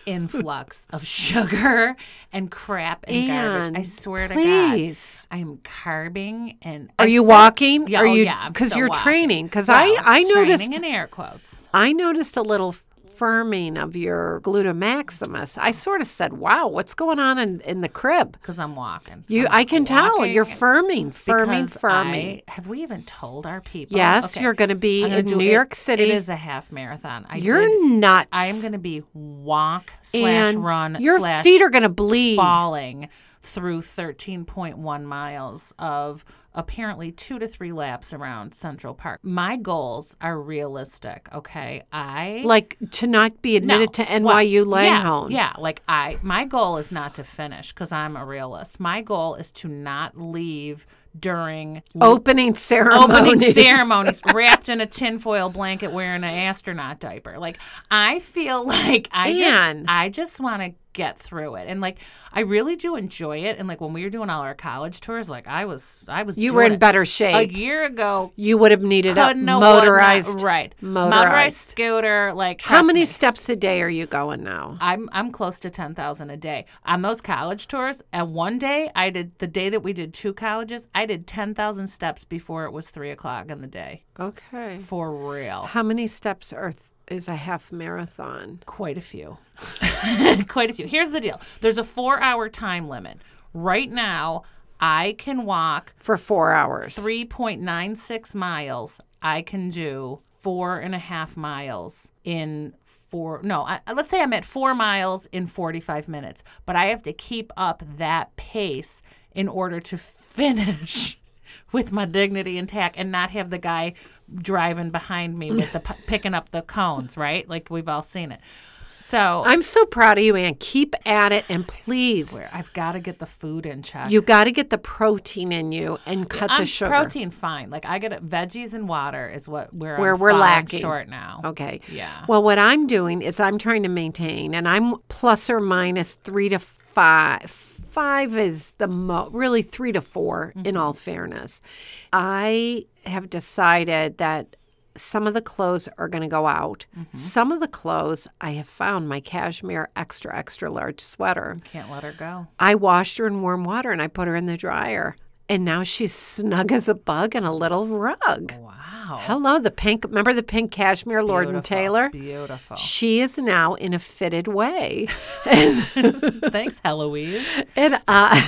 [SPEAKER 3] influx of sugar and crap and, garbage. I
[SPEAKER 2] And
[SPEAKER 3] swear
[SPEAKER 2] please.
[SPEAKER 3] to God. I'm carbing and
[SPEAKER 2] Are
[SPEAKER 3] I
[SPEAKER 2] you
[SPEAKER 3] said-
[SPEAKER 2] walking?
[SPEAKER 3] Yeah,
[SPEAKER 2] Are
[SPEAKER 3] oh,
[SPEAKER 2] you-
[SPEAKER 3] yeah, I'm
[SPEAKER 2] 'cause
[SPEAKER 3] still
[SPEAKER 2] you're
[SPEAKER 3] walking.
[SPEAKER 2] training, 'cause I-
[SPEAKER 3] Well,
[SPEAKER 2] I
[SPEAKER 3] training
[SPEAKER 2] noticed-
[SPEAKER 3] in air quotes.
[SPEAKER 2] I noticed a little firming of your glutamaximus. I sort of said, "Wow, what's going on in, in the crib?"
[SPEAKER 3] Because I'm walking.
[SPEAKER 2] You,
[SPEAKER 3] I'm
[SPEAKER 2] I can tell
[SPEAKER 3] walking
[SPEAKER 2] you're
[SPEAKER 3] and-
[SPEAKER 2] firming, firming,
[SPEAKER 3] because
[SPEAKER 2] firming.
[SPEAKER 3] I- have we even told our people?
[SPEAKER 2] Yes, you're gonna be
[SPEAKER 3] I'm gonna
[SPEAKER 2] in
[SPEAKER 3] do
[SPEAKER 2] New
[SPEAKER 3] it-
[SPEAKER 2] York City.
[SPEAKER 3] It is a half marathon. I
[SPEAKER 2] you're
[SPEAKER 3] did-
[SPEAKER 2] nuts.
[SPEAKER 3] I am going to be walk slash
[SPEAKER 2] and
[SPEAKER 3] run
[SPEAKER 2] Your
[SPEAKER 3] slash
[SPEAKER 2] feet are going to bleed.
[SPEAKER 3] falling through 13.1 miles of apparently two to three laps around Central Park. My goals are realistic. Okay, I
[SPEAKER 2] Like to not be
[SPEAKER 3] no.
[SPEAKER 2] admitted to
[SPEAKER 3] Well,
[SPEAKER 2] NYU Langone.
[SPEAKER 3] Yeah, yeah, like I, my goal is not to finish because I'm a realist. My goal is to not leave during
[SPEAKER 2] Opening ceremony.
[SPEAKER 3] opening ceremonies wrapped in a tinfoil blanket wearing an astronaut diaper. Like I feel like I
[SPEAKER 2] Anne.
[SPEAKER 3] just I just want to get through it. And like I really do enjoy it. And like when we were doing all our college tours, like I was I was
[SPEAKER 2] You
[SPEAKER 3] doing
[SPEAKER 2] were in
[SPEAKER 3] it.
[SPEAKER 2] better
[SPEAKER 3] a
[SPEAKER 2] shape.
[SPEAKER 3] year ago.
[SPEAKER 2] you would have needed a
[SPEAKER 3] Couldn't have won that-
[SPEAKER 2] motorized.
[SPEAKER 3] right
[SPEAKER 2] motorized.
[SPEAKER 3] scooter like
[SPEAKER 2] How
[SPEAKER 3] trust
[SPEAKER 2] many
[SPEAKER 3] me.
[SPEAKER 2] steps a day are you going now?
[SPEAKER 3] I'm I'm close to ten thousand a day on those college tours. And one day I did the day that we did two colleges, I did ten thousand steps before it was three o'clock in the day.
[SPEAKER 2] Okay.
[SPEAKER 3] For real,
[SPEAKER 2] How many steps are th- is a half marathon?
[SPEAKER 3] quite a few, quite a few. Here's the deal: there's a four hour time limit. Right now, I can walk
[SPEAKER 2] For four hours.
[SPEAKER 3] three point nine six miles. I can do four and a half miles in four. No, I, I- let's say I'm at four miles in forty five minutes, but I have to keep up that pace in order to finish. With my dignity intact, and not have the guy driving behind me with the p- picking up the cones, right? Like we've all seen it. So
[SPEAKER 2] I'm so proud of you, Anne. Keep at it, and please,
[SPEAKER 3] swear, I've got to get the food in check.
[SPEAKER 2] you got to get the protein in you and cut
[SPEAKER 3] I'm
[SPEAKER 2] the sugar.
[SPEAKER 3] protein fine. Like I get it. Veggies and water is what where
[SPEAKER 2] Where
[SPEAKER 3] I'm
[SPEAKER 2] we're
[SPEAKER 3] falling
[SPEAKER 2] lacking.
[SPEAKER 3] short now.
[SPEAKER 2] Okay.
[SPEAKER 3] Yeah.
[SPEAKER 2] Well, what I'm doing is I'm trying to maintain, and I'm plus or minus three to five. Five is the mo, really three to 4
[SPEAKER 3] Mm-hmm.
[SPEAKER 2] in all fairness. I have decided that some of the clothes are going to go out.
[SPEAKER 3] Mm-hmm.
[SPEAKER 2] Some of the clothes I have found my cashmere extra, extra large sweater.
[SPEAKER 3] Can't let her go.
[SPEAKER 2] I washed her in warm water and I put her in the dryer. And now she's snug as a bug in a little rug.
[SPEAKER 3] Oh, Wow.
[SPEAKER 2] Hello, the pink. Remember the pink cashmere, Lord and
[SPEAKER 3] Beautiful,
[SPEAKER 2] Taylor?
[SPEAKER 3] Beautiful.
[SPEAKER 2] She is now in a fitted way.
[SPEAKER 3] Thanks, Heloise.
[SPEAKER 2] It uh,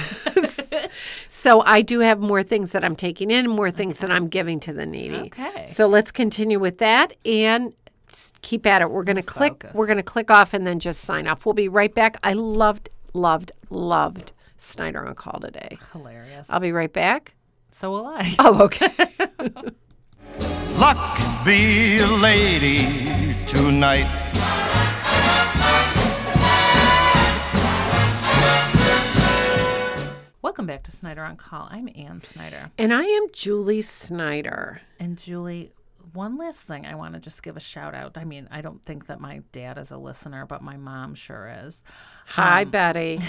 [SPEAKER 2] so I do have more things that I'm taking in, more things that I'm giving to the needy.
[SPEAKER 3] Okay.
[SPEAKER 2] So let's continue with that and s- keep at it. We're going to click. We're going to click off and then just sign off. We'll be right back. I loved, loved, loved Snyder on call today.
[SPEAKER 3] Hilarious.
[SPEAKER 2] I'll be right back.
[SPEAKER 3] So will I.
[SPEAKER 2] Oh, okay.
[SPEAKER 1] Luck be a lady tonight.
[SPEAKER 3] Welcome back to Snyder on Call. I'm Ann Snyder.
[SPEAKER 2] and I am Julie Snyder.
[SPEAKER 3] And Julie, one last thing I want to just give a shout out. I mean, I don't think that my dad is a listener, but my mom sure is.
[SPEAKER 2] Hi,
[SPEAKER 3] Um,
[SPEAKER 2] Betty.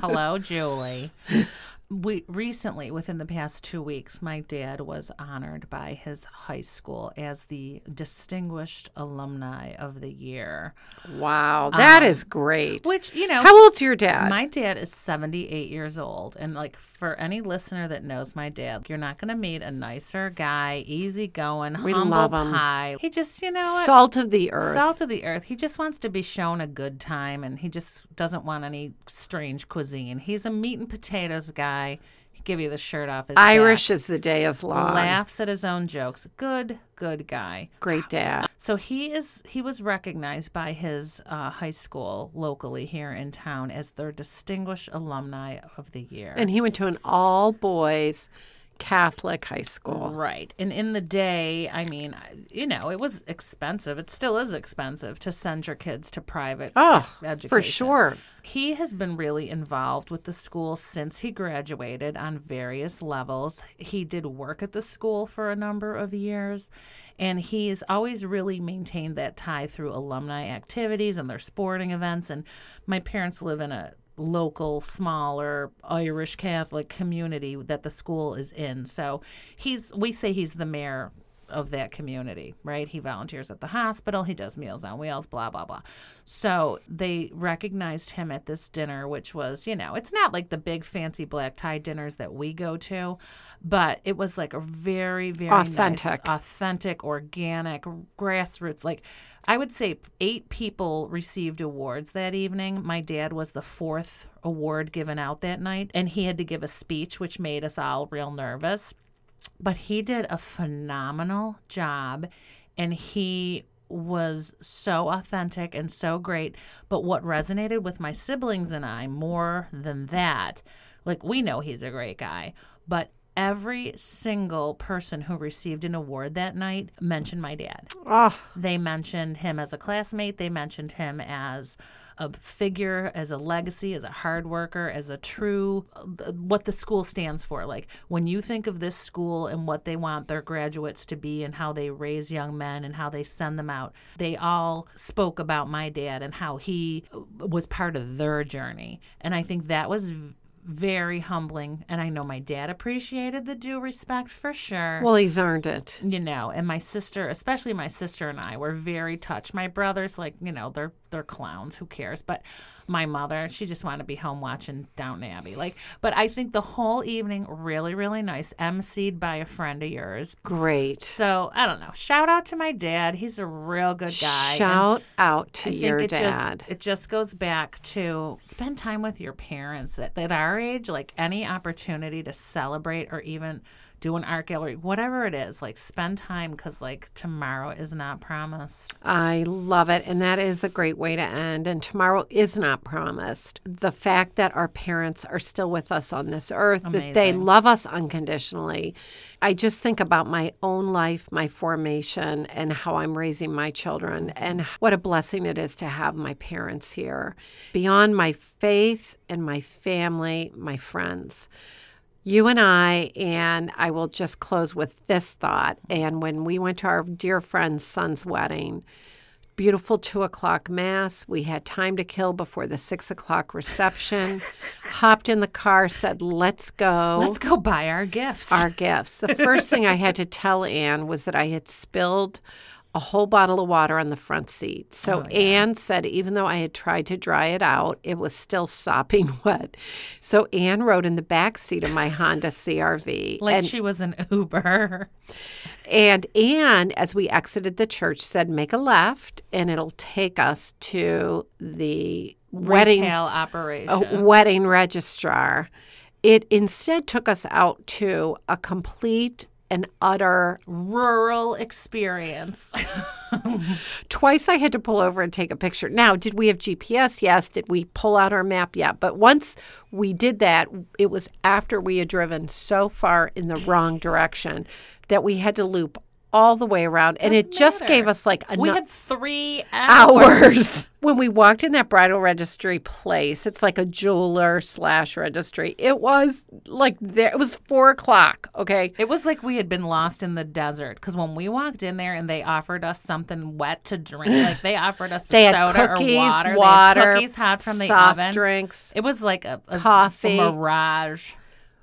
[SPEAKER 3] Hello, Julie. We recently, within the past two weeks, my dad was honored by his high school as the distinguished alumni of the year.
[SPEAKER 2] Wow, that is great.
[SPEAKER 3] Which um, you know,
[SPEAKER 2] How old's your dad?
[SPEAKER 3] My dad is 78 years old. And, like, for any listener that knows my dad, you're not going to meet a nicer guy, easygoing,
[SPEAKER 2] We
[SPEAKER 3] humble
[SPEAKER 2] love him.
[SPEAKER 3] pie. He just, you know, what?
[SPEAKER 2] Salt of the earth.
[SPEAKER 3] Salt of the earth. He just wants to be shown a good time and he just doesn't want any strange cuisine. He's a meat and potatoes guy. He'd give you the shirt off his back.
[SPEAKER 2] Irish as the day is long.
[SPEAKER 3] Laughs at his own jokes. Good, good guy.
[SPEAKER 2] Great dad.
[SPEAKER 3] So he is he was recognized by his uh, high school locally here in town as their distinguished alumni of the year.
[SPEAKER 2] And he went to an all boys Catholic high school.
[SPEAKER 3] right. And in the day, I mean, I- you know, it was expensive. It still is expensive to send your kids to private
[SPEAKER 2] Oh,
[SPEAKER 3] education.
[SPEAKER 2] for sure.
[SPEAKER 3] He has been really involved with the school since he graduated on various levels. He did work at the school for a number of years, and he has always really maintained that tie through alumni activities and their sporting events. And my parents live in a local, smaller Irish Catholic community that the school is in. So he's, we say he's the mayor of that community, right? He volunteers at the hospital, he does Meals on Wheels, blah, blah, blah. So they recognized him at this dinner, which was, you know, it's not like the big fancy black tie dinners that we go to, but it was like a very, very nice,
[SPEAKER 2] Authentic.
[SPEAKER 3] authentic, organic, grassroots. Like I would say eight people received awards that evening. My dad was the fourth award given out that night, and he had to give a speech, which made us all real nervous but he did a phenomenal job and he was so authentic and so great. But what resonated with my siblings and I more than that, like we know he's a great guy, but every single person who received an award that night mentioned my dad
[SPEAKER 2] Oh,
[SPEAKER 3] they mentioned him as a classmate they mentioned him as a figure as a legacy as a hard worker as a true what the school stands for like when you think of this school and what they want their graduates to be and how they raise young men and how they send them out they all spoke about my dad and how he was part of their journey and i think that was v- very humbling and i know my dad appreciated the due respect for sure
[SPEAKER 2] well, he's earned it.
[SPEAKER 3] you know and my sister especially my sister and i were very touched my brothers like you know they're they're clowns who cares but my mother she just wanted to be home watching downton abbey like but i think the whole evening really really nice emceed by a friend of yours
[SPEAKER 2] Great.
[SPEAKER 3] so i don't know shout out to my dad he's a real good guy and
[SPEAKER 2] Shout out to
[SPEAKER 3] I think
[SPEAKER 2] your
[SPEAKER 3] it
[SPEAKER 2] dad.
[SPEAKER 3] Just, it just goes back to spend time with your parents at, at our age, like any opportunity to celebrate or even do an art gallery, whatever it is, like spend time because like tomorrow is not promised.
[SPEAKER 2] I love it. And that is a great way to end. And tomorrow is not promised. The fact that our parents are still with us on this earth, that they
[SPEAKER 3] Amazing.
[SPEAKER 2] love us unconditionally. I just think about my own life, my formation, and how I'm raising my children, and what a blessing it is to have my parents here. Beyond my faith and my family, my friends you and I, and I will just close with this thought. And when we went to our dear friend's son's wedding, beautiful two o'clock mass, we had time to kill before the six o'clock reception. hopped in the car, said, Let's go.
[SPEAKER 3] Let's go buy our gifts.
[SPEAKER 2] our gifts. The first thing I had to tell Anne was that I had spilled a whole bottle of water on the front seat.
[SPEAKER 3] Oh,
[SPEAKER 2] So Anne said, even though I had tried to dry it out, it was still sopping wet. So Anne rode in the back seat of my Honda CRV.
[SPEAKER 3] Like
[SPEAKER 2] and,
[SPEAKER 3] she was an Uber.
[SPEAKER 2] and Anne, as we exited the church, said, make a left and it'll take us to the wedding
[SPEAKER 3] Retail operation.
[SPEAKER 2] a wedding registrar. It instead took us out to a complete and utter.
[SPEAKER 3] Rural experience.
[SPEAKER 2] Twice I had to pull over and take a picture. Now, did we have GPS? Yes. Did we pull out our map? Yeah. But once we did that, it was after we had driven so far in the wrong direction that we had to loop all the way around. and it just
[SPEAKER 3] matter.
[SPEAKER 2] gave us like a
[SPEAKER 3] we
[SPEAKER 2] nu-
[SPEAKER 3] had three hours.
[SPEAKER 2] hours. when we walked in that bridal registry place, it's like a jeweler slash registry. It was like there. It was four o'clock. Okay.
[SPEAKER 3] It was like we had been lost in the desert because when we walked in there and they offered us something wet to drink, like they offered us
[SPEAKER 2] They
[SPEAKER 3] a
[SPEAKER 2] had
[SPEAKER 3] soda
[SPEAKER 2] cookies,
[SPEAKER 3] or water, they
[SPEAKER 2] water,
[SPEAKER 3] had cookies hot from the
[SPEAKER 2] soft
[SPEAKER 3] oven,
[SPEAKER 2] drinks.
[SPEAKER 3] It was like a, a
[SPEAKER 2] Coffee.
[SPEAKER 3] a mirage.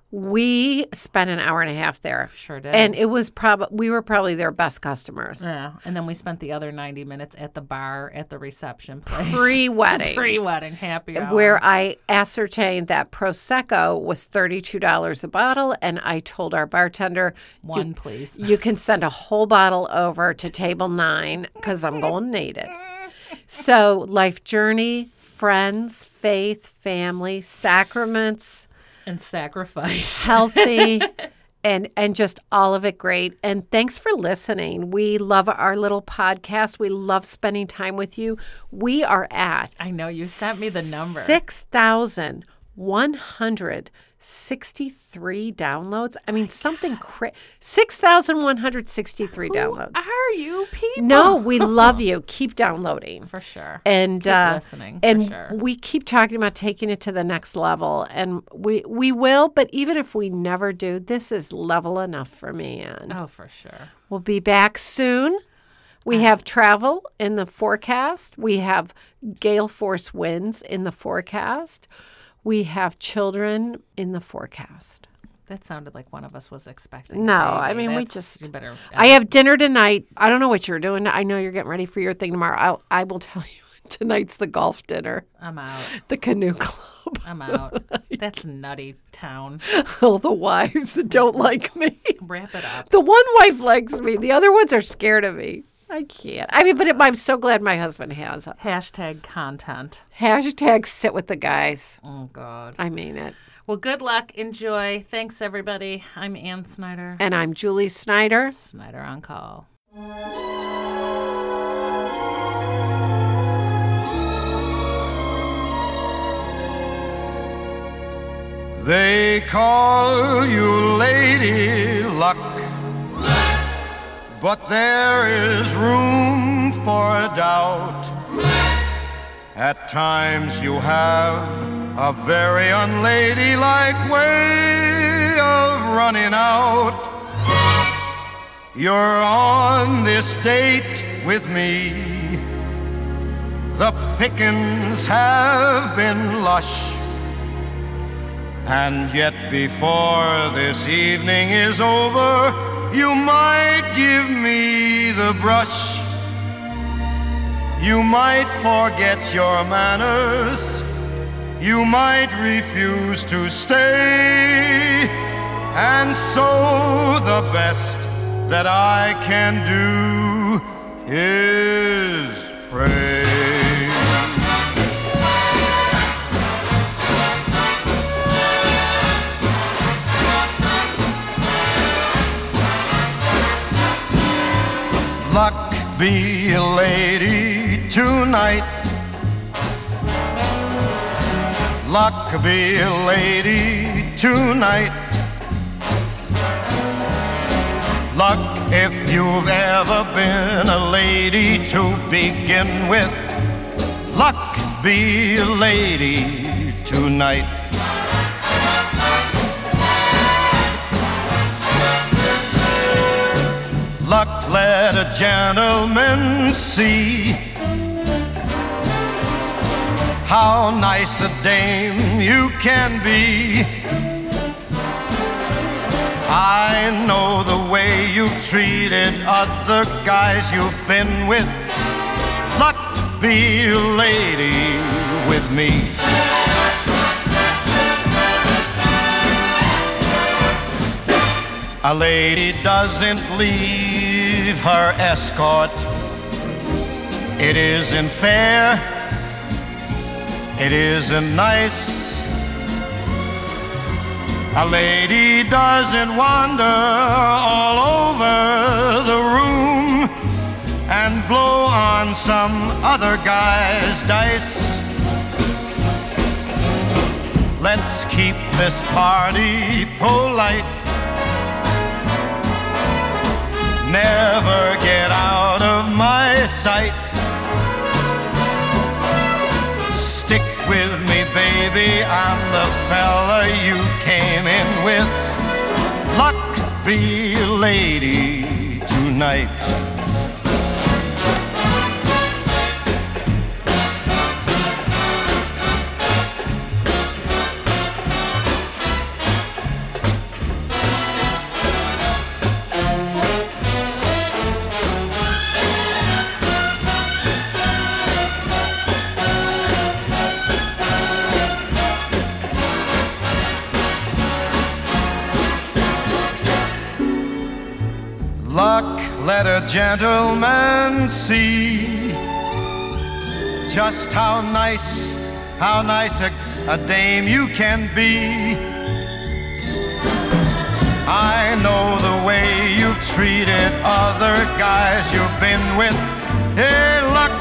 [SPEAKER 2] We spent an hour and a half there.
[SPEAKER 3] Sure did.
[SPEAKER 2] And it was probably we were probably their best customers
[SPEAKER 3] Yeah, and then we spent the other ninety minutes at the bar at the reception place.
[SPEAKER 2] pre wedding.
[SPEAKER 3] Pre-wedding happy hour.
[SPEAKER 2] Where I ascertained that Prosecco was $32 a bottle, and I told our bartender,
[SPEAKER 3] one, please.
[SPEAKER 2] you can send a whole bottle over to table nine because I'm going to need it. So, life journey, friends, faith, family, sacraments,
[SPEAKER 3] And sacrifice.
[SPEAKER 2] healthy. And, and just all of it great. And thanks for listening. We love our little podcast. We love spending time with you. We are at
[SPEAKER 3] I know you sent me the number.
[SPEAKER 2] 6,163 downloads. I mean, something cra 6,163 downloads.
[SPEAKER 3] Are you people?
[SPEAKER 2] No, we love you. Keep downloading.
[SPEAKER 3] for sure.
[SPEAKER 2] And uh,
[SPEAKER 3] listening, for
[SPEAKER 2] and
[SPEAKER 3] sure.
[SPEAKER 2] we keep talking about taking it to the next level, and we we will. But even if we never do, this is level enough for me. And
[SPEAKER 3] oh, Uh. for sure.
[SPEAKER 2] we'll be back soon. We have travel in the forecast. We have gale force winds in the forecast. We have children in the forecast.
[SPEAKER 3] That sounded like one of us was expecting. a
[SPEAKER 2] No, I
[SPEAKER 3] baby.
[SPEAKER 2] mean, we
[SPEAKER 3] That's-
[SPEAKER 2] just-
[SPEAKER 3] You better.
[SPEAKER 2] I have dinner tonight. I don't know what you're doing. I know you're getting ready for your thing tomorrow. I'll, I will tell you. Tonight's the golf dinner,
[SPEAKER 3] I'm out.
[SPEAKER 2] the canoe club,
[SPEAKER 3] I'm out. That's nutty town.
[SPEAKER 2] all the wives that don't like me.
[SPEAKER 3] Wrap it up.
[SPEAKER 2] The one wife likes me, the other ones are scared of me. I can't. I mean, but it, I'm so glad my husband has it.
[SPEAKER 3] Hashtag content.
[SPEAKER 2] Hashtag sit with the guys.
[SPEAKER 3] Oh God.
[SPEAKER 2] I mean it.
[SPEAKER 3] Well, good luck. Enjoy. Thanks, everybody. I'm Ann Snyder.
[SPEAKER 2] And I'm Julie Snyder.
[SPEAKER 3] Snyder on call.
[SPEAKER 1] They call you Lady Luck, but there is room for a doubt. At times you have a very unladylike way of running out. You're on this date with me. The pickings have been lush. And yet, before this evening is over, you might give me the brush. You might forget your manners. You might refuse to stay. And so, the best that I can do is pray. luck be a lady tonight. Luck be a lady tonight. Luck if you've ever been a lady to begin with. Luck be a lady tonight. Luck let a gentleman see how nice a dame you can be. I know the way you've treated other guys you've been with. Luck be a lady with me. A lady doesn't leave her escort. It isn't fair. It isn't nice. A lady doesn't wander all over the room and blow on some other guy's dice. Let's keep this party polite. Never get out of my sight. Stick with me, baby. I'm the fella you came in with. Luck be lady tonight. Luck let a gentleman see just how nice, how nice a, a dame you can be. I know the way you've treated other guys you've been with. Hey, luck,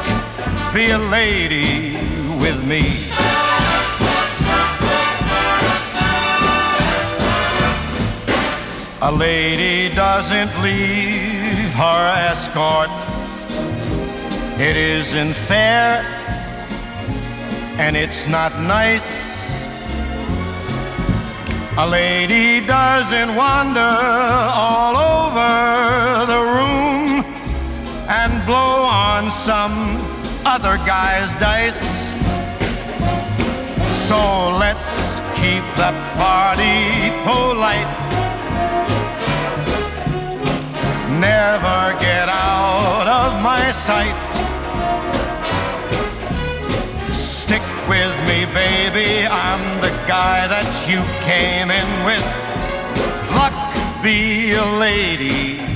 [SPEAKER 1] be a lady with me. A lady doesn't leave her escort. It isn't fair, and it's not nice. A lady doesn't wander all over the room and blow on some other guy's dice. So let's keep the party polite. Never get out of my sight. Stick with me, baby. I'm the guy that you came in with. Luck be a lady